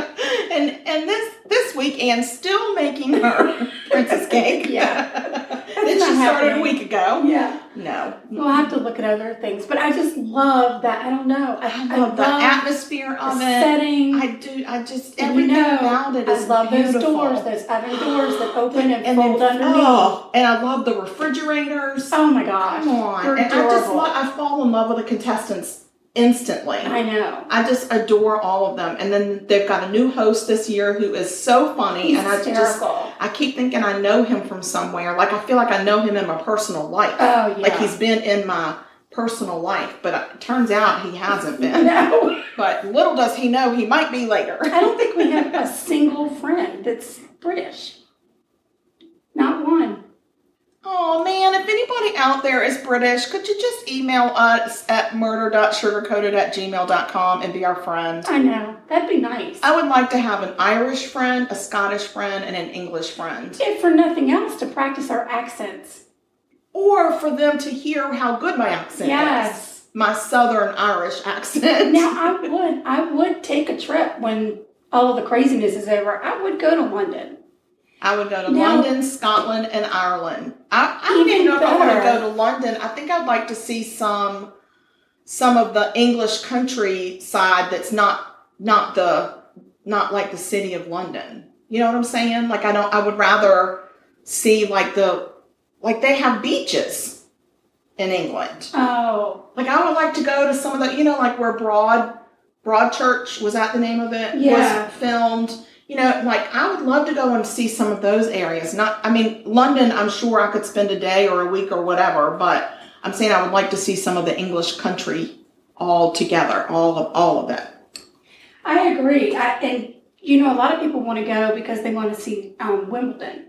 S1: and and this this weekend, still making her princess cake.
S2: Yeah.
S1: that she
S2: not
S1: started a
S2: happening.
S1: week ago.
S2: Yeah,
S1: No.
S2: we'll I have to look at other things, but I just love that. I don't know. I,
S1: I love the atmosphere
S2: the
S1: of it.
S2: setting.
S1: I do. I just
S2: And
S1: everything
S2: you know,
S1: about it is
S2: I love
S1: beautiful.
S2: those doors, those oven doors that open and,
S1: and then,
S2: fold underneath. Oh,
S1: oh, and I love the refrigerators.
S2: my gosh,
S1: Come on.
S2: they're
S1: And I just
S2: adorable.
S1: love, I fall in love with the contestants instantly.
S2: I know.
S1: I just adore all of them. And then they've got a new host this year who is so funny.
S2: He's
S1: and I just,
S2: hysterical.
S1: I keep thinking I know him from somewhere. Like, I feel like I know him in my personal life.
S2: Oh yeah.
S1: Like, he's been in my personal life, but it turns out he hasn't been.
S2: no.
S1: But little does he know, he might be later.
S2: I don't think we have a single friend that's British. Not one.
S1: Oh man, if anybody out there is British, could you just email us at murder.sugarcoated at gmail.com and be our friend?
S2: I know. That'd be nice.
S1: I would like to have an Irish friend, a Scottish friend, and an English friend.
S2: If for nothing else, to practice our accents.
S1: Or for them to hear how good my accent is.
S2: Yes.
S1: My southern Irish accent.
S2: Now I would I would take a trip when all of the craziness is over. I would go to London.
S1: I would go to
S2: Now-
S1: London, Scotland, and Ireland. I, I don't
S2: Even
S1: even know if I want to
S2: better.
S1: go to London. I think I'd like to see some some of the English countryside that's not not the not like the city of London. You know what I'm saying? Like I don't I would rather see like the like they have beaches in England.
S2: Oh
S1: Like I would like to go to some of the you know like where Broad Broadchurch was that the name of it
S2: Yeah.
S1: was filmed. You know, like I would love to go and see some of those areas. Not, I mean, London. I'm sure I could spend a day or a week or whatever, but I'm saying I would like to see some of the English country all together, all of all of it.
S2: I agree. I, and you know, a lot of people want to go because they want to see um, Wimbledon.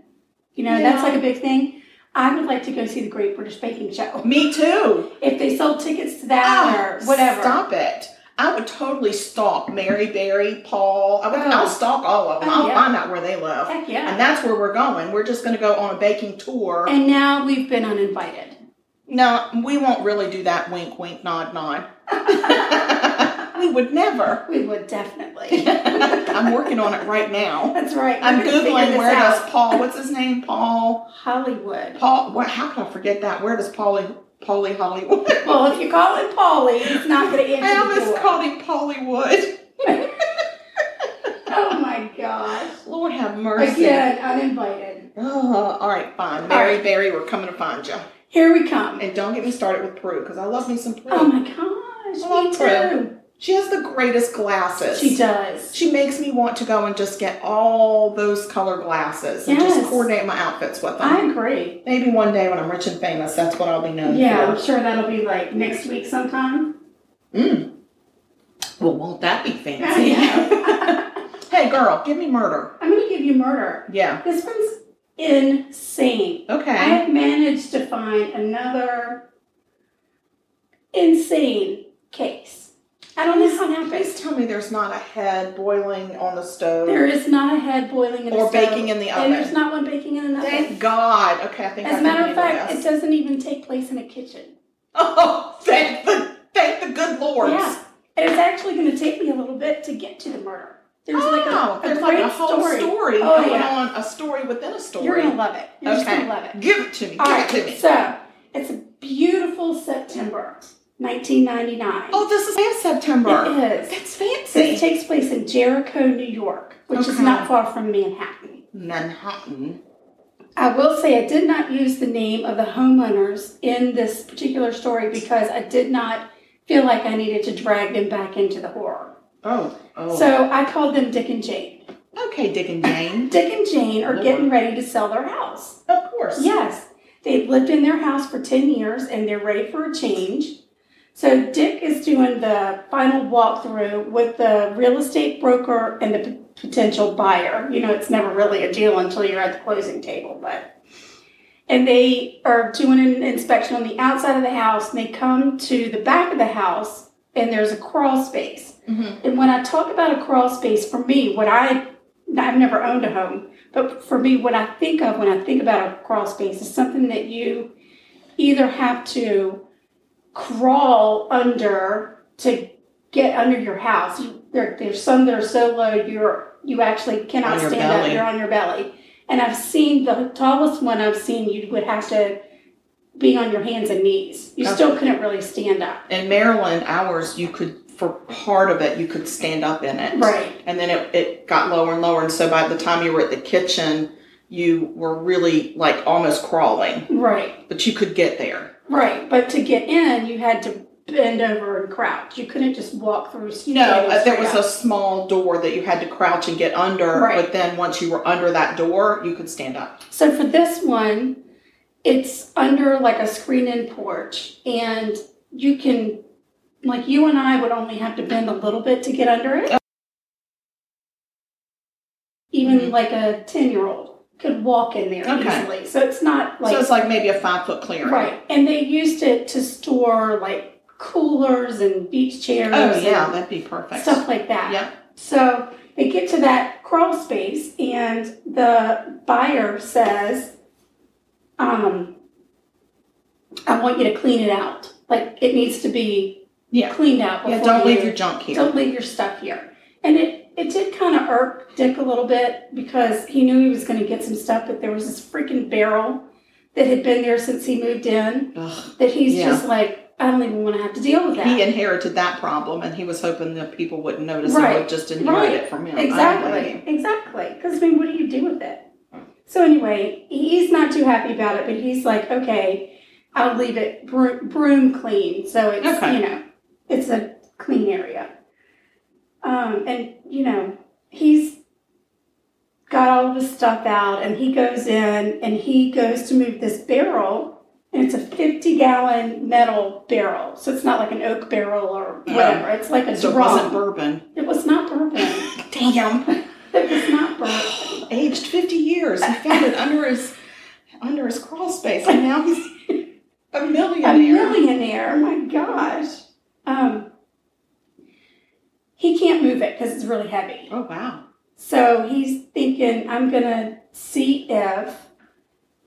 S2: You know, that's
S1: Yeah.
S2: like a big thing. I would like to go see the Great British Baking Show.
S1: Me too.
S2: If they sold tickets to that or whatever.
S1: Ah, Stop it. I would totally stalk Mary Berry, Paul. I would.
S2: Oh.
S1: I'll stalk all of them.
S2: Oh,
S1: I'll
S2: yeah.
S1: find out where they live.
S2: Heck yeah.
S1: And that's where we're going. We're just going to go on a baking tour.
S2: And now we've been uninvited.
S1: No, we won't really do that wink, wink, nod, nod. we would never.
S2: We would definitely.
S1: I'm working on it right now.
S2: That's right.
S1: I'm
S2: We're gonna figure
S1: Googling
S2: this
S1: where
S2: out.
S1: does Paul, what's his name? Paul.
S2: Hollywood.
S1: Paul, what, how could I forget that? Where does Paulie, Paulie Hollywood?
S2: Well, if you call it Polly, it's not going to
S1: I
S2: answer the
S1: almost
S2: door.
S1: called him Pollywood.
S2: oh my gosh!
S1: Lord have mercy.
S2: Again, uninvited.
S1: Oh, all right, fine. Mary,
S2: right.
S1: Barry, we're coming to find you.
S2: Here we come.
S1: And don't get me started with Prue, because I love me some Prue.
S2: Oh my gosh!
S1: Hello,
S2: me
S1: Prue.
S2: too.
S1: she has the greatest glasses.
S2: She does.
S1: She makes me want to go and just get all those color glasses and just
S2: Yes.
S1: coordinate my outfits with them.
S2: I agree.
S1: Maybe one day when I'm rich and famous, that's what I'll be known
S2: Yeah, I'm
S1: for.
S2: sure that'll be like next week sometime.
S1: Mm. Well, won't that be fancy?
S2: Yeah.
S1: hey, girl, give me murder.
S2: I'm going to give you murder.
S1: Yeah.
S2: This one's insane. I
S1: Okay.
S2: have managed to find another insane case. I don't know how it happened.
S1: Please tell me there's not a head boiling on the stove.
S2: There is not a head boiling in the
S1: Or
S2: stove,
S1: baking in the
S2: And there's
S1: oven.
S2: not one baking in an oven.
S1: Thank God. Okay, I think I
S2: As a
S1: can
S2: matter of
S1: handle
S2: fact,
S1: this.
S2: it doesn't even take place in a kitchen.
S1: Oh, thank the thank the good Lord.
S2: Yeah. And it's actually going to take me a little bit to get to the murder. There's like
S1: Wow,
S2: a, a
S1: Oh, there's
S2: great
S1: like a whole story,
S2: story. Oh,
S1: going
S2: yeah.
S1: on, a story within a story.
S2: You're going to love it. You're just
S1: Okay.
S2: going to love it.
S1: Give it to me. Give
S2: All
S1: it to
S2: right,
S1: me.
S2: so it's a beautiful September, 1999.
S1: Oh, this is past September.
S2: it is.
S1: That's fancy.
S2: This takes place in Jericho, New York, which is
S1: Okay.
S2: not far from Manhattan.
S1: Manhattan.
S2: I will say I did not use the name of the homeowners in this particular story because I did not feel like I needed to drag them back into the horror.
S1: Oh, oh.
S2: So I called them Dick and Jane.
S1: okay, Dick and Jane.
S2: Dick and Jane are
S1: Lord.
S2: getting ready to sell their house.
S1: of course.
S2: Yes, they've lived in their house for 10 years and they're ready for a change. So Dick is doing the final walkthrough with the real estate broker and the p- potential buyer. You know, it's never really a deal until you're at the closing table, but. And they are doing an inspection on the outside of the house and they come to the back of the house and there's a crawl space.
S1: Mhm.
S2: And when I talk about a crawl space, for me, what I I've never owned a home, but for me, what I think of when I think about a crawl space is something that you either have to crawl under to get under your house. You- There, there's some that are so low you're you actually
S1: On
S2: cannot
S1: your
S2: stand up.
S1: belly.
S2: You're on your belly. And I've seen the tallest one I've seen. You would have to be on your hands and knees. You
S1: Okay.
S2: still couldn't really stand up.
S1: In Maryland, ours, you could, for part of it, you could stand up in it.
S2: Right.
S1: And then it, it got lower and lower. And so by the time you were at the kitchen, you were really like almost crawling,
S2: Right.
S1: but you could get there.
S2: Right, but to get in, you had to bend over and crouch. You couldn't just walk through.
S1: No, uh, there was a
S2: straight up.
S1: small door that you had to crouch and get under,
S2: Right.
S1: but then once you were under that door, you could stand up.
S2: So for this one, it's under like a screen-in porch, and you can, like, you and I would only have to bend a little bit to get under it. Even
S1: Mhm.
S2: like a ten-year-old could walk in there
S1: Okay.
S2: easily. So it's not like
S1: so it's like maybe a five foot clearing.
S2: right, and they used it to store like coolers and beach chairs.
S1: Oh, yeah,
S2: and
S1: that'd be perfect.
S2: stuff like that.
S1: yeah.
S2: So they get to that crawl space, and the buyer says, um, I want you to clean it out. Like it needs to be
S1: Yeah.
S2: cleaned out.
S1: Yeah,
S2: before
S1: don't leave
S2: you-
S1: your junk here.
S2: Don't leave your stuff here. And it, it did kind of irk Dick a little bit because he knew he was going to get some stuff, but there was this freaking barrel that had been there since he moved in
S1: Ugh.
S2: that he's
S1: Yeah.
S2: just like, I don't even want to have to deal with that.
S1: He inherited that problem and he was hoping that people wouldn't notice and
S2: Right.
S1: would just inherit
S2: Right.
S1: it from him. I don't blame
S2: Exactly. Exactly. Because I mean, what do you do with it? So anyway, he's not too happy about it, but he's like, okay, I'll leave it broom, broom clean, so it's
S1: Okay.
S2: you know, it's a clean area. Um, and you know, he's got all of his stuff out, and he goes in, and he goes to move this barrel. And it's a 50 gallon metal barrel. So it's not like an oak barrel or
S1: Yeah.
S2: whatever. It's like a
S1: you. So it
S2: drum.
S1: wasn't bourbon.
S2: It was not bourbon.
S1: Damn.
S2: It was not bourbon.
S1: Aged 50 years. He found it under his under his crawl space and now he's a
S2: A
S1: millionaire.
S2: millionaire. Oh My gosh. Um, he can't move it because it's really heavy.
S1: Oh wow.
S2: So he's thinking, I'm going to see if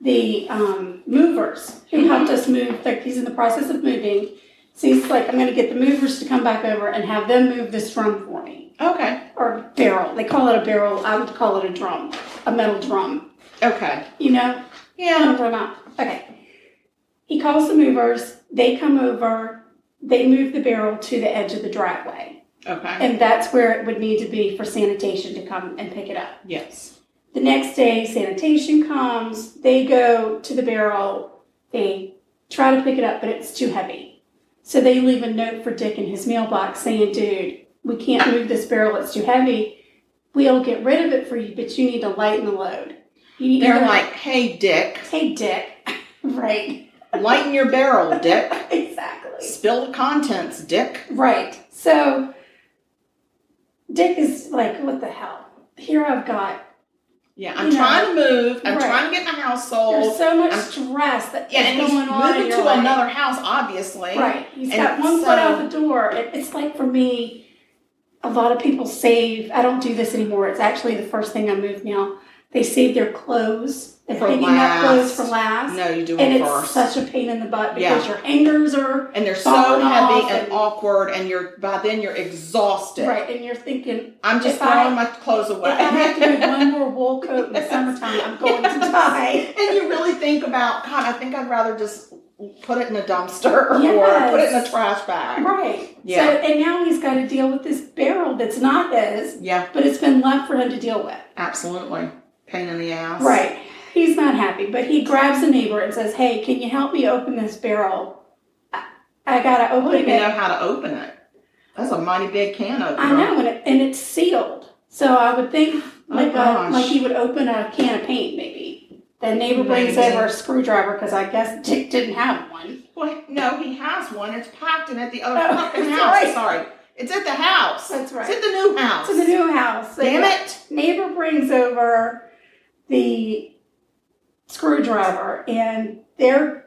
S2: the um, movers who helped us move. Like he's in the process of moving, so he's like, I'm going to get the movers to come back over and have them move this drum for me
S1: Okay.
S2: or barrel. They call it a barrel. I would call it a drum, a metal drum.
S1: Okay.
S2: You know,
S1: Yeah.
S2: or not. Okay. He calls the movers. They come over. They move the barrel to the edge of the driveway,
S1: Okay.
S2: and that's where it would need to be for sanitation to come and pick it up.
S1: Yes.
S2: The next day, sanitation comes. They go to the barrel. They try to pick it up, but it's too heavy. So they leave a note for Dick in his mailbox saying, Dude, we can't move this barrel. It's too heavy. We'll get rid of it for you, but you need to lighten the load. You need
S1: They're
S2: to-
S1: like, hey, Dick,
S2: Hey, Dick. right.
S1: lighten your barrel, Dick.
S2: Exactly.
S1: Spill the contents, Dick.
S2: Right. So Dick is like, What the hell? Here I've got.
S1: Yeah, I'm
S2: You know,
S1: trying to move. I'm
S2: right.
S1: trying to get my house sold.
S2: There's so much
S1: I'm-
S2: stress that is
S1: Yeah, and he's
S2: going on. in
S1: moving
S2: your
S1: to
S2: life.
S1: another house, obviously.
S2: Right. He's
S1: And um,
S2: got one
S1: so-
S2: foot out the door. It, it's like for me, a lot of people save. I don't do this anymore. It's actually the first thing I move now. They save their clothes. They're
S1: For
S2: picking up clothes for
S1: last.
S2: last.
S1: No, you do
S2: and
S1: it
S2: it's
S1: first.
S2: such a pain in the butt
S1: Yeah.
S2: because your hangers are
S1: and they're so
S2: falling
S1: heavy
S2: off
S1: and
S2: and-
S1: awkward, and you're by then you're exhausted.
S2: right, and you're thinking,
S1: I'm just
S2: If
S1: throwing
S2: I-
S1: my clothes
S2: if
S1: away.
S2: I have to move one more wool coat in the summertime, I'm going to die.
S1: and you really think about, God, I think I'd rather just put it in a dumpster or
S2: Yes.
S1: put it in a trash bag.
S2: Right.
S1: Yeah.
S2: So and now he's got to deal with this barrel that's not his,
S1: Yeah,
S2: but it's been left for him to deal with.
S1: absolutely. Pain in the ass.
S2: Right. He's not happy, but he grabs a neighbor and says, Hey, can you help me open this barrel? I, I gotta
S1: I don't
S2: open
S1: even know
S2: it.
S1: how to open it. That's a mighty big can opener.
S2: I know, and, it, and it's sealed. So I would think like,
S1: Oh, gosh.
S2: a, like he would open a can of paint, maybe. The neighbor brings
S1: Maybe.
S2: over a screwdriver because I guess Dick didn't have one.
S1: Well, no, he has one. It's packed in at the other
S2: Oh,
S1: fucking
S2: that's
S1: house.
S2: right.
S1: Sorry. It's at the house.
S2: That's right.
S1: It's at the new house.
S2: To the new house. So
S1: Damn
S2: the
S1: it.
S2: Neighbor brings over the screwdriver, and they're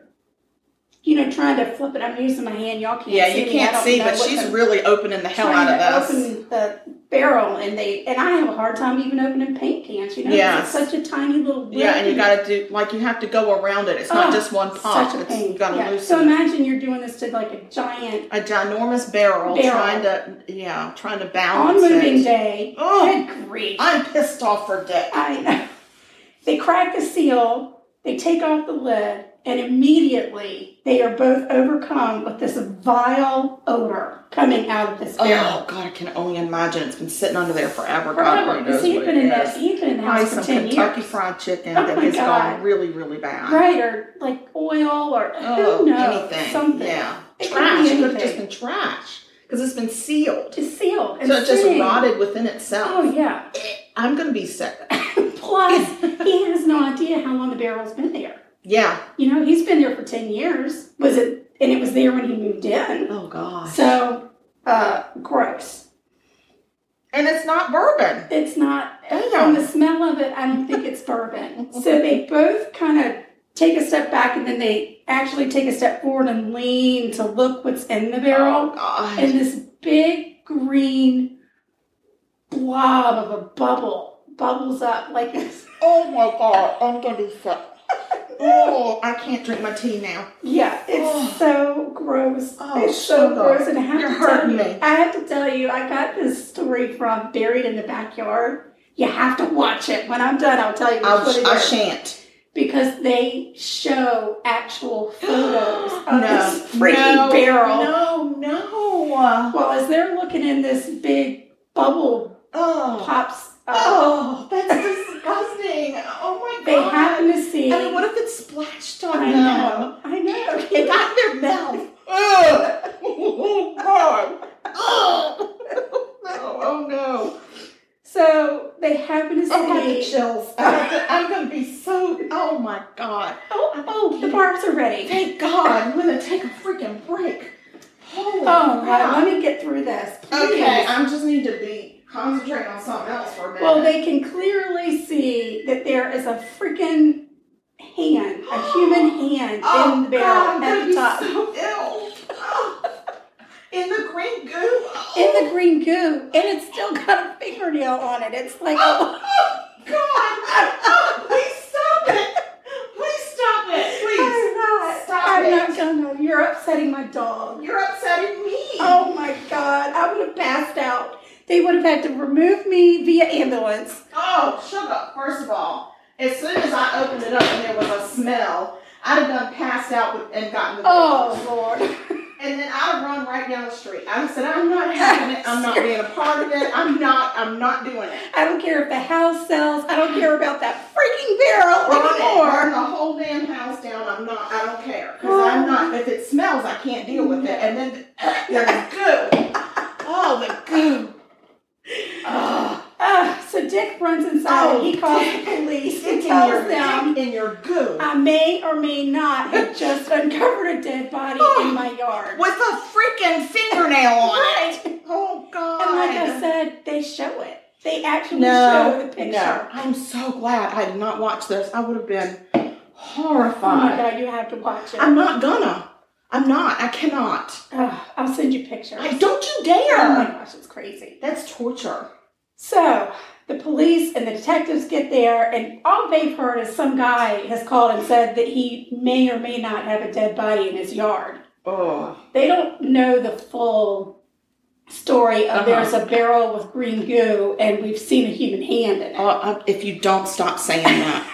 S2: you know trying to flip it. I'm using my hand. Y'all can't.
S1: Yeah,
S2: see
S1: you
S2: me.
S1: can't
S2: I don't
S1: see,
S2: know
S1: but
S2: what
S1: she's
S2: the-
S1: really opening the hell
S2: trying
S1: out of
S2: to
S1: this.
S2: open the barrel and they and I have a hard time even opening paint cans, you know, 'cause
S1: Yes.
S2: it's such a tiny little lid.
S1: Yeah, and you gotta do like you have to go around it. It's not
S2: Oh,
S1: just one pop.
S2: such a
S1: It's
S2: pain.
S1: you gotta
S2: Yeah.
S1: loosen
S2: So
S1: it.
S2: imagine you're doing this to like a giant
S1: a ginormous barrel,
S2: Barrel.
S1: trying to yeah, trying to
S2: on
S1: balance
S2: moving
S1: it.
S2: day.
S1: Oh,
S2: Good grief.
S1: I'm pissed off for Dick.
S2: I know. They crack the seal, they take off the lid, and immediately they are both overcome with this vile odor coming out of this barrel.
S1: Oh God, I can only imagine. It's been sitting under there forever. Oh, God
S2: Forever,
S1: only
S2: because
S1: knows
S2: he'd
S1: what
S2: been
S1: it
S2: in the
S1: is.
S2: he'd been in the
S1: Probably
S2: house for
S1: some
S2: ten
S1: Kentucky
S2: years.
S1: Fried Chicken
S2: Oh
S1: that
S2: my
S1: has gone
S2: God.
S1: really, really bad.
S2: Right, or like oil or
S1: Oh,
S2: who knows
S1: anything.
S2: something.
S1: Yeah.
S2: It could
S1: trash.
S2: be
S1: It could have just
S2: anything.
S1: been trash because it's been sealed.
S2: It's sealed. And
S1: so it just
S2: sitting.
S1: rotted within itself.
S2: Oh yeah.
S1: I'm going to be sick.
S2: Plus, he has no idea how long the barrel's been there.
S1: Yeah.
S2: You know, he's been there for ten years. Was it? And it was there when he moved in.
S1: Oh, God.
S2: So, uh, gross.
S1: and it's not bourbon.
S2: It's not
S1: Damn.
S2: from the smell of it. I don't think it's bourbon. So they both kind of take a step back, and then they actually take a step forward and lean to look what's in the barrel.
S1: Oh, God.
S2: and this big green blob of a bubble bubbles up like it's
S1: oh, my God. I'm going to be sick. Oh, I can't drink my tea now.
S2: yeah it's
S1: Oh.
S2: so gross
S1: Oh,
S2: it's so
S1: sugar.
S2: gross and I have
S1: You're
S2: to
S1: hurting
S2: tell you,
S1: me.
S2: I have to tell you I got this story from buried in the backyard you have to watch it when I'm done I'll tell you which
S1: I'll,
S2: one it
S1: I
S2: is.
S1: shan't.
S2: because they show actual photos of
S1: no.
S2: Oh, this freaking
S1: no,
S2: barrel
S1: No, no.
S2: well as they're looking in this big bubble
S1: Oh.
S2: pops up
S1: Oh, that's disgusting. Oh, my God.
S2: they happen to see
S1: I mean, what if it splashed on
S2: I
S1: them?
S2: know. I know.
S1: It got in their mouth. Ugh. Oh, God. Ugh. No, oh no.
S2: so they happen to see.
S1: I'm having chills. I'm going to be so. Oh my God.
S2: oh, oh, the barbs are ready.
S1: Thank God. I'm going to take a freaking break. Holy
S2: Oh,
S1: crap.
S2: God, let me get through this. please.
S1: Okay, I just need to be concentrating on something else for a minute.
S2: Well, they can clearly see that there is a freaking hand, a human hand
S1: oh,
S2: in the barrel
S1: God,
S2: at
S1: that'd
S2: the
S1: be
S2: top.
S1: so ill. Oh. In the green goo. Oh.
S2: in the green goo, and it's still got a fingernail on it. It's like,
S1: Oh, God! Please stop Oh, it! Please
S2: I'm
S1: it.
S2: not gonna. You're upsetting my dog.
S1: You're upsetting me.
S2: Oh my god, I would have passed out. They would have had to remove me via ambulance.
S1: Oh, sugar, first of all. As soon as I opened it up and there was a smell, I'd have done passed out with- and gotten the
S2: Oh lord.
S1: And then I'd run right down the street. I said, I'm not having it. I'm not being a part of it. I'm not, I'm not doing it.
S2: I don't care if the house sells. I don't care about that freaking barrel
S1: Burn it. Burn
S2: anymore.
S1: the whole damn house down. I'm not, I don't care. Because I'm not, if it smells, I can't deal with it. And then there's goo. Oh, the goo. Oh,
S2: Ah, so Dick runs inside and he
S1: Oh,
S2: calls
S1: Dick.
S2: the police and
S1: stick in your,
S2: tells
S1: stick
S2: them
S1: in your goo.
S2: I may or may not have just uncovered a dead body
S1: Oh,
S2: in my yard.
S1: with a freaking fingernail on
S2: Right.
S1: it. Oh God!
S2: And like I said, they show it. They actually show the picture.
S1: I'm so glad I did not watch this. I would have been
S2: Oh my
S1: horrified.
S2: god, you have to watch it.
S1: I'm not gonna. I'm not. I cannot.
S2: Ugh, I'll send you pictures.
S1: I don't you dare.
S2: Oh my gosh, it's crazy.
S1: That's torture.
S2: So the police and the detectives get there, and all they've heard is some guy has called and said that he may or may not have a dead body in his yard.
S1: Oh.
S2: They don't know the full story of
S1: Uh-huh.
S2: there's a barrel with green goo and we've seen a human hand in it.
S1: Oh, if you don't stop saying that,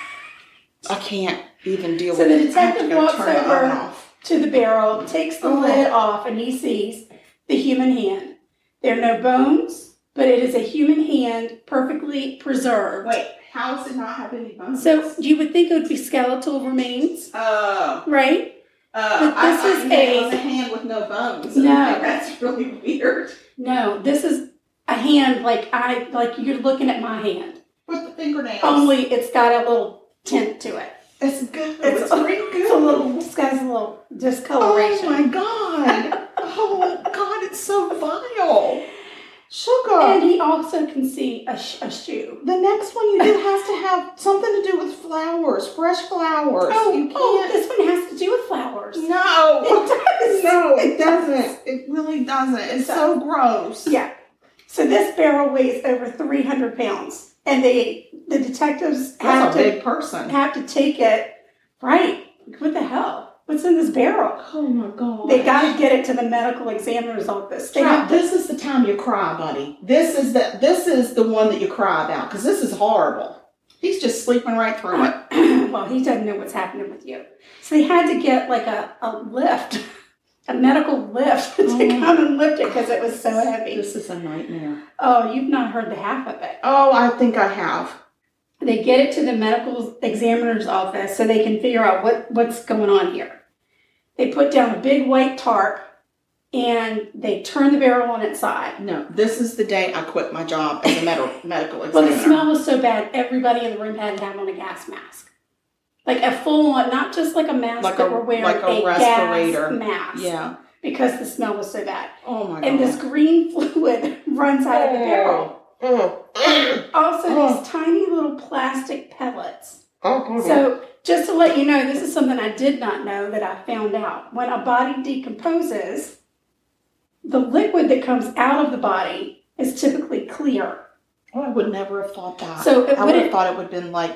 S1: I can't even deal
S2: So
S1: with
S2: the
S1: it. I have to
S2: detective
S1: go
S2: walks
S1: turn the
S2: over.
S1: oven off.
S2: to the barrel, takes the
S1: Oh.
S2: lid off, and he sees the human hand. There are no bones, but it is a human hand perfectly preserved.
S1: Wait, how does it not have any bones?
S2: So you would think it would be skeletal remains,
S1: Oh.
S2: right?
S1: Uh,
S2: But
S1: I
S2: this
S1: thought
S2: is
S1: you meant it
S2: a-
S1: was a hand with no bones.
S2: No.
S1: I think that's really weird.
S2: No, this is a hand like I like you're looking at my hand.
S1: With the fingernails.
S2: Only it's got a little tint to it.
S1: it's good.
S2: It's-
S1: It's, pretty
S2: It's a
S1: good.
S2: little it's got a little
S1: Oh
S2: discoloration.
S1: my god! Oh god! It's so vile. Sugar.
S2: and he also can see a, sh- a shoe.
S1: the next one you did has to have something to do with flowers, fresh flowers.
S2: Oh,
S1: you
S2: oh,
S1: can't.
S2: this one has to do with flowers.
S1: no.
S2: It does.
S1: No, it doesn't. It really doesn't. It's so gross.
S2: Yeah. So this barrel weighs over 300 pounds, and they the detectives have
S1: That's a
S2: to
S1: big person.
S2: have to take it. Right? What the hell? What's in this barrel?
S1: Oh my god.
S2: They got to get it to the medical examiner's office. They
S1: Try-
S2: have to,
S1: this is the time you cry, buddy. This is the this is the one that you cry about because this is horrible. He's just sleeping right through it.
S2: well, he doesn't know what's happening with you. So they had to get like a, a lift, a medical lift to
S1: Oh my
S2: come and lift it because it was so heavy.
S1: This is a nightmare.
S2: Oh, you've not heard the half of it.
S1: Oh, I think I have.
S2: They get it to the medical examiner's office so they can figure out what, what's going on here. They put down a big white tarp and they turn the barrel on its side.
S1: No, this is the day I quit my job as a med- medical
S2: Well,
S1: examiner.
S2: the smell was so bad, everybody in the room had to have on a gas mask. Like a full on, not just like a mask
S1: Like
S2: that
S1: a-
S2: we're wearing,
S1: like a respirator.
S2: gas mask.
S1: Yeah.
S2: Because the smell was so bad.
S1: Oh my god.
S2: And this green fluid runs out of the barrel.
S1: Oh. Oh.
S2: Also,
S1: Oh.
S2: these tiny little plastic pellets.
S1: Oh.
S2: So, just to let you know, this is something I did not know that I found out. When a body decomposes, the liquid that comes out of the body is typically clear
S1: Oh, I would never have thought that.
S2: So it
S1: I would have
S2: wouldn't-
S1: thought it would have been like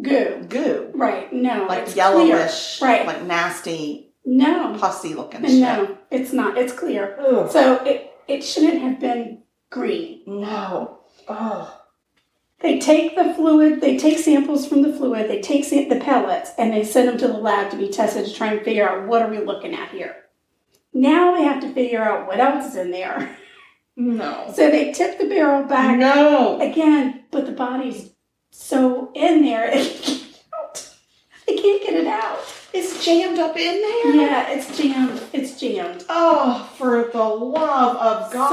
S2: goo.
S1: goo,
S2: Right? No,
S1: like
S2: it's
S1: yellowish,
S2: clear. Right?
S1: like nasty,
S2: no,
S1: pussy looking shit.
S2: no, it's not. It's clear.
S1: Ugh.
S2: So it it shouldn't have been green.
S1: No. Oh.
S2: They take the fluid. They take samples from the fluid. They take sa- the pellets and they send them to the lab to be tested to try and figure out what are we looking at here. Now they have to figure out what else is in there.
S1: No.
S2: So they tip the barrel back
S1: No.
S2: again, but the body's so in there, it can't out. They can't get it out.
S1: It's jammed up in there?
S2: Yeah, it's jammed. It's jammed.
S1: Oh, for the love of Oh, God.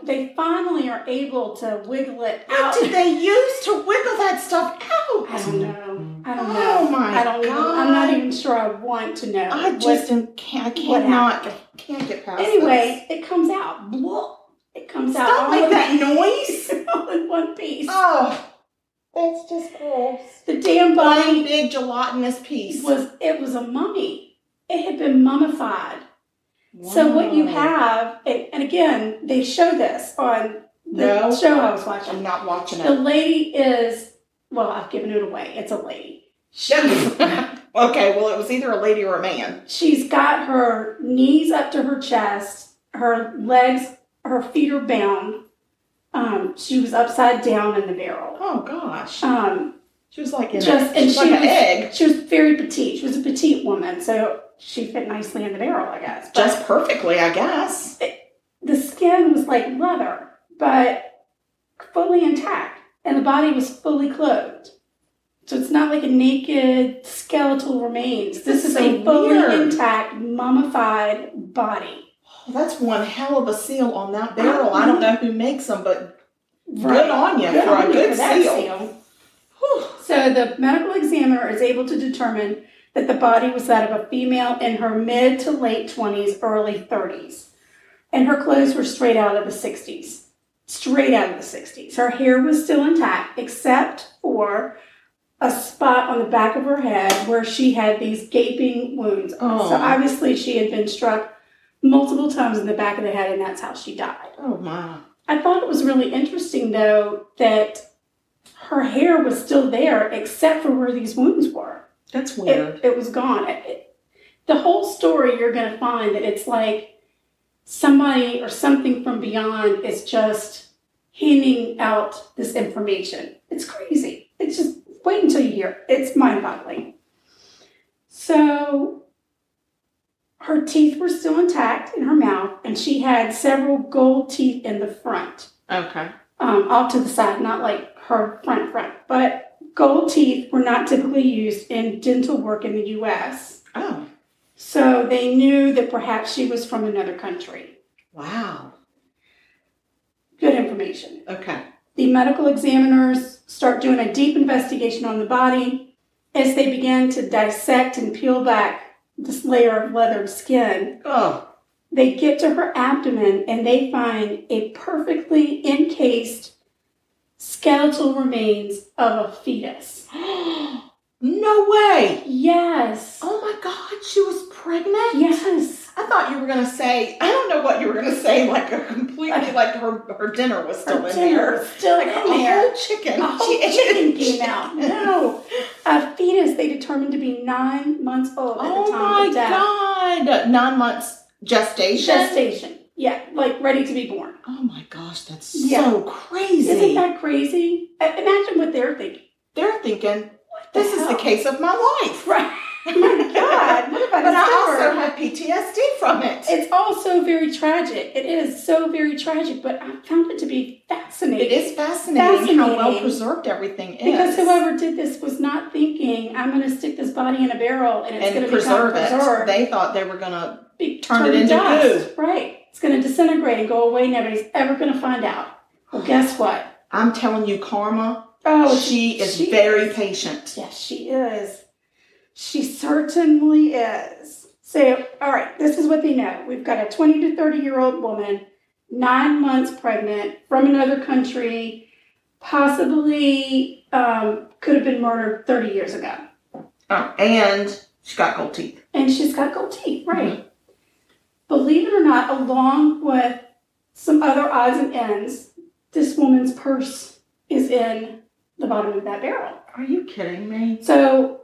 S2: So they finally are able to wiggle it out.
S1: what did they use to wiggle that stuff out?
S2: I don't know. I don't know.
S1: Oh my
S2: I don't
S1: God.
S2: even, I'm not even sure I want to know.
S1: I
S2: what-
S1: just am, can't, I cannot, can't get past
S2: anyway, it comes out. Blah. It comes
S1: this.
S2: out
S1: Stop
S2: all
S1: make
S2: in-
S1: that noise.
S2: all in one piece.
S1: Oh, that's just gross.
S2: the damn
S1: One
S2: body
S1: big gelatinous piece.
S2: was it was a mummy. It had been mummified. So what you
S1: Wow.
S2: have, and, and again, they show this on the
S1: No.
S2: show I was watching.
S1: I'm not watching
S2: The
S1: it.
S2: lady is well, I've given it away. It's a lady.
S1: Shut up. Okay, well, it was either a lady or a man.
S2: She's got her knees up to her chest, her legs, her feet are bound. Um, she was upside down in the barrel.
S1: Oh gosh,
S2: Um,
S1: she was like in
S2: just
S1: a,
S2: and
S1: she's like
S2: she
S1: an
S2: was,
S1: egg,
S2: She was very petite. She was a petite woman, so she fit nicely in the barrel, I guess. But
S1: just perfectly, I guess.
S2: the skin was like leather, but fully intact, and the body was fully clothed. So it's not like a naked skeletal remains. This is
S1: So
S2: a fully
S1: weird.
S2: intact, mummified body.
S1: Oh, that's one hell of a seal on that barrel. I don't know who makes them, but
S2: Right.
S1: good on you
S2: Good
S1: for
S2: on
S1: a
S2: you
S1: good
S2: for that
S1: seal. Whew.
S2: So the medical examiner is able to determine that the body was that of a female in her mid to late 20s, early 30s. And her clothes were straight out of the 60s. Straight out of the 60s. Her hair was still intact, except for a spot on the back of her head where she had these gaping wounds.
S1: Oh.
S2: So obviously she had been struck multiple times in the back of the head, and that's how she died.
S1: Oh my.
S2: I thought it was really interesting though that her hair was still there except for where these wounds were.
S1: That's weird.
S2: It, it was gone. It- it- the whole story you're going to find that it's like somebody or something from beyond is just handing out this information. It's crazy. It's just wait until you hear. it. It's mind-boggling. So her teeth were still intact in her mouth and she had several gold teeth in the front
S1: okay.
S2: um, off to the side, not like her front front. But gold teeth were not typically used in dental work in the U.S.,
S1: Oh
S2: so they knew that perhaps she was from another country.
S1: wow.
S2: Good information.
S1: Okay.
S2: The medical examiners start doing a deep investigation on the body. As they begin to dissect and peel back this layer of leathered skin,
S1: Oh
S2: they get to her abdomen and they find a perfectly encased skeletal remains of a fetus.
S1: no way.
S2: Yes.
S1: Oh my God, she was pregnant.
S2: Yes.
S1: I thought you were gonna say. I don't know what you were gonna say. Like a completely like her her dinner was still
S2: Her
S1: in
S2: dinner
S1: there.
S2: was still
S1: Like
S2: in
S1: a
S2: there.
S1: whole chicken.
S2: A whole
S1: She ate
S2: chicken
S1: it.
S2: came out. No. A fetus they determined to be nine months old at
S1: Oh
S2: the time
S1: my
S2: of death.
S1: god! Nine months gestation.
S2: Gestation. Yeah, like ready to be born.
S1: oh my gosh, that's
S2: Yeah.
S1: so crazy.
S2: Isn't that crazy? I- imagine what they're thinking.
S1: They're thinking
S2: What
S1: this is the
S2: hell?
S1: case of my life.
S2: Right. Oh my God. What about
S1: But I
S2: this
S1: also
S2: girl?
S1: have PTSD from it.
S2: It's also very tragic. It is so very tragic, but I found it to be fascinating.
S1: It is fascinating, how well
S2: Fascinating.
S1: preserved everything is.
S2: Because whoever did this was not thinking, I'm going to stick this body in a barrel and it's going
S1: and
S2: to become
S1: preserve it,
S2: preserved.
S1: they thought they were gonna.
S2: Be-
S1: turned
S2: turn
S1: it into
S2: dust. Right. It's going to disintegrate and go away. Nobody's ever going to find out. Well, guess what?
S1: I'm telling you, karma.
S2: Oh,
S1: she is
S2: she
S1: very
S2: is.
S1: patient.
S2: Yes, she is. She certainly is. So, all right, this is what they know. We've got a 20 to 30 year old woman, nine months pregnant, from another country, possibly um, could have been murdered 30 years ago.
S1: Oh, and she got gold teeth.
S2: and she's got gold teeth, right? Believe it or not, along with some other odds and ends, this woman's purse is in the bottom of that barrel.
S1: Are you kidding me?
S2: So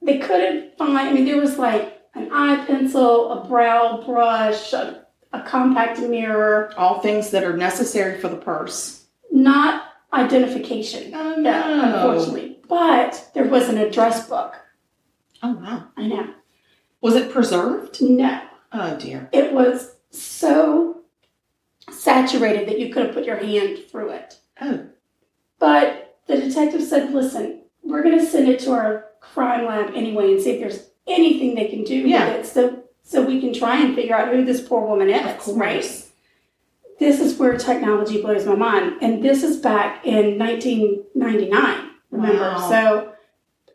S2: they couldn't find, I mean, there was like an eye pencil, a brow brush, a, a compact mirror,
S1: All things that are necessary for the purse.
S2: not identification.
S1: Oh
S2: Yeah, unfortunately. But there was an address book.
S1: Oh wow.
S2: I know.
S1: Was it preserved?
S2: No.
S1: Oh dear.
S2: it was so saturated that you could have put your hand through it.
S1: Oh.
S2: But the detective said, listen, we're going to send it to our crime lab anyway and see if there's anything they can do
S1: Yeah.
S2: with it so, so we can try and figure out who this poor woman
S1: Of
S2: is,
S1: course.
S2: right? This is where technology blows my mind. And this is back in 1999, remember?
S1: Wow.
S2: So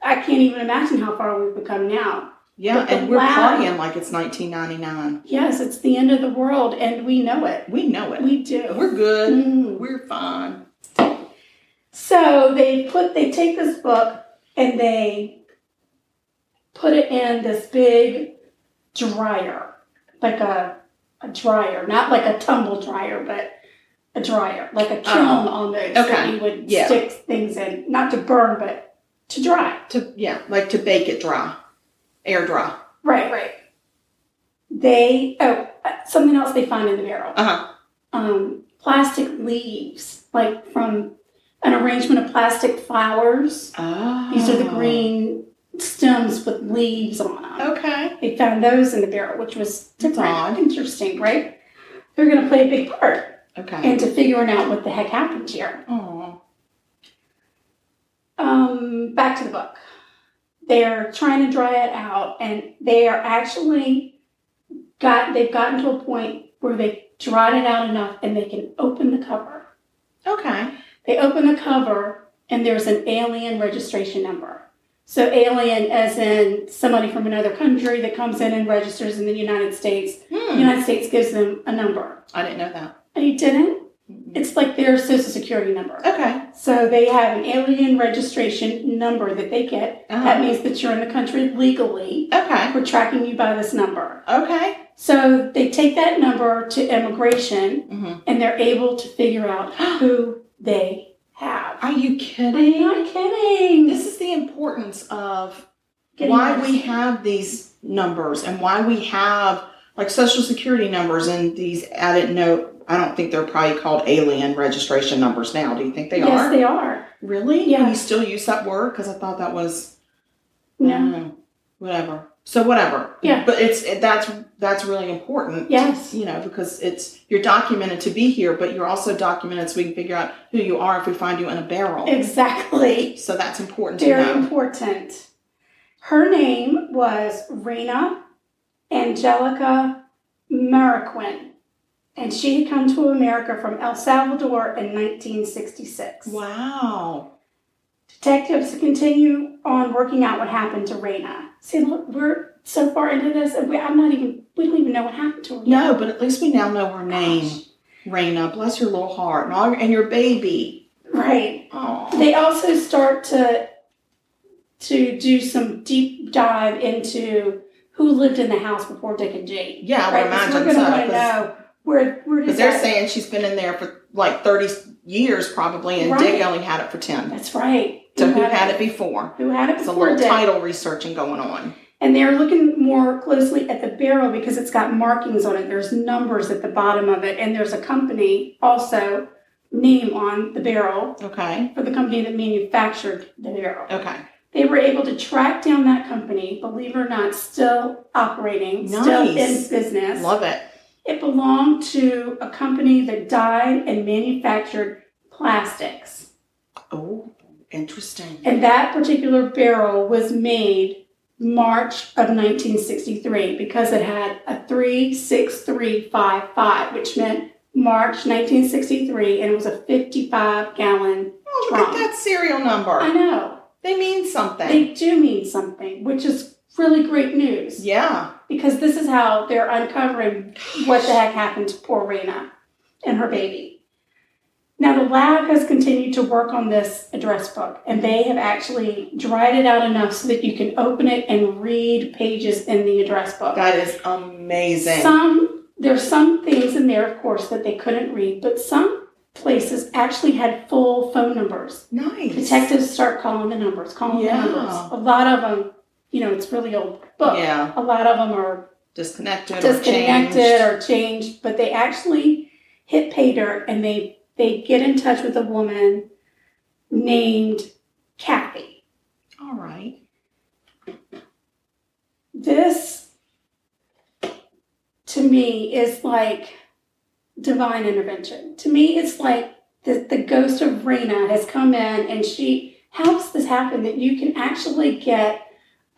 S2: I can't even imagine how far we've become now.
S1: Yeah,
S2: But the
S1: and we're
S2: lab-
S1: partying like it's 1999.
S2: Yes, it's the end of the world, and we know it.
S1: We Mm-hmm. know it.
S2: We do.
S1: We're good.
S2: Mm.
S1: We're fine.
S2: So they put they take this book and they put it in this big dryer, like a a dryer, not like a tumble dryer, but a dryer, like a kiln
S1: Oh.
S2: almost
S1: Okay.
S2: that you would
S1: Yeah.
S2: stick things in, not to burn, but to dry.
S1: To yeah, like to bake it dry. air dry.
S2: Right, right. They oh uh, something else they find in the barrel.
S1: Uh huh.
S2: Um, plastic leaves, like from an arrangement of plastic flowers.
S1: Oh.
S2: These are the green stems with leaves on them.
S1: Okay.
S2: They found those in the barrel, which was different,
S1: Odd.
S2: interesting, right? They're going to play a big part
S1: Okay.
S2: into figuring out what the heck happened here.
S1: Aw.
S2: Um, back to the book. They're trying to dry it out, and they are actually got. They've gotten to a point where they dried it out enough, and they can open the cover.
S1: Okay.
S2: They open the cover, and there's an alien registration number. So alien, as in somebody from another country that comes in and registers in the United States. The
S1: Hmm.
S2: United States gives them a number.
S1: I didn't know that.
S2: And he didn't. It's like their social security number.
S1: Okay.
S2: So they have an alien registration number that they get. That
S1: Uh-huh.
S2: means that you're in the country legally.
S1: Okay.
S2: We're tracking you by this number.
S1: Okay.
S2: So they take that number to immigration
S1: Mhm.
S2: and they're able to figure out who they have.
S1: Are you
S2: I'm
S1: kidding?
S2: not kidding.
S1: This is the importance of
S2: Getting
S1: why
S2: us-
S1: we have these numbers and why we have like social security numbers and these I didn't know I don't think they're probably called alien registration numbers now. Do you think they
S2: yes,
S1: are?
S2: they are.
S1: really?
S2: Yeah.
S1: You still use that word because I thought that was I
S2: No.
S1: don't know. whatever. So whatever.
S2: Yeah.
S1: But it's it, that's that's really important.
S2: Yes.
S1: You know because it's you're documented to be here, but you're also documented so we can figure out who you are if we find you in a barrel.
S2: Exactly.
S1: so that's important to
S2: Very
S1: know.
S2: important. Her name was Rena Angelica Mariquin, and she had come to America from El Salvador in 1966.
S1: Wow.
S2: Detectives continue on working out what happened to Rena. See, look, we're so far into this, and we, I'm not even, we don't even know what happened to her.
S1: No, but at least we now know her name.
S2: Gosh.
S1: Raina, bless your little heart, and, all, and your baby.
S2: Right.
S1: Oh,
S2: they also start to to do some deep dive into who lived in the house before Dick and Jane.
S1: yeah, I would
S2: Right, 'cause
S1: imagine
S2: we're
S1: so.
S2: gonna want to know where where
S1: because
S2: does
S1: they're
S2: that-
S1: saying she's been in there for like thirty years, probably, and Dick
S2: Right.
S1: only had it for ten.
S2: That's right.
S1: So who had it before?
S2: Who had it
S1: It's a
S2: before
S1: little
S2: Dick?
S1: title researching going on.
S2: And they're looking more closely at the barrel because it's got markings on it. There's numbers at the bottom of it, and there's a company also name on the barrel
S1: Okay,
S2: for the company that manufactured the barrel.
S1: okay,
S2: They were able to track down that company, believe it or not, still operating, still
S1: Nice.
S2: in business.
S1: love it.
S2: It belonged to a company that dyed and manufactured plastics.
S1: Oh, interesting.
S2: And that particular barrel was made March of 1963 because it had a 36355, which meant March 1963, and it was a 55 gallon.
S1: Oh, look at
S2: Wrong.
S1: that serial number.
S2: I know,
S1: They mean something.
S2: they do mean something, which is really great news.
S1: Yeah.
S2: because this is how they're uncovering what the heck happened to poor Rena and her baby. Now, the lab has continued to work on this address book, and they have actually dried it out enough so that you can open it and read pages in the address book.
S1: That is amazing.
S2: Some there's some things in there, of course, that they couldn't read, but some places actually had full phone numbers.
S1: nice.
S2: Detectives start calling the numbers, calling
S1: Yeah.
S2: the numbers. A lot of them, you know, it's really old book.
S1: Yeah,
S2: A lot of them are
S1: disconnected. Or
S2: disconnected
S1: changed.
S2: or changed, but they actually hit pay dirt and they they get in touch with a woman named Kathy.
S1: All right.
S2: This to me is like divine intervention. To me, it's like the, the ghost of Rena has come in and she helps this happen that you can actually get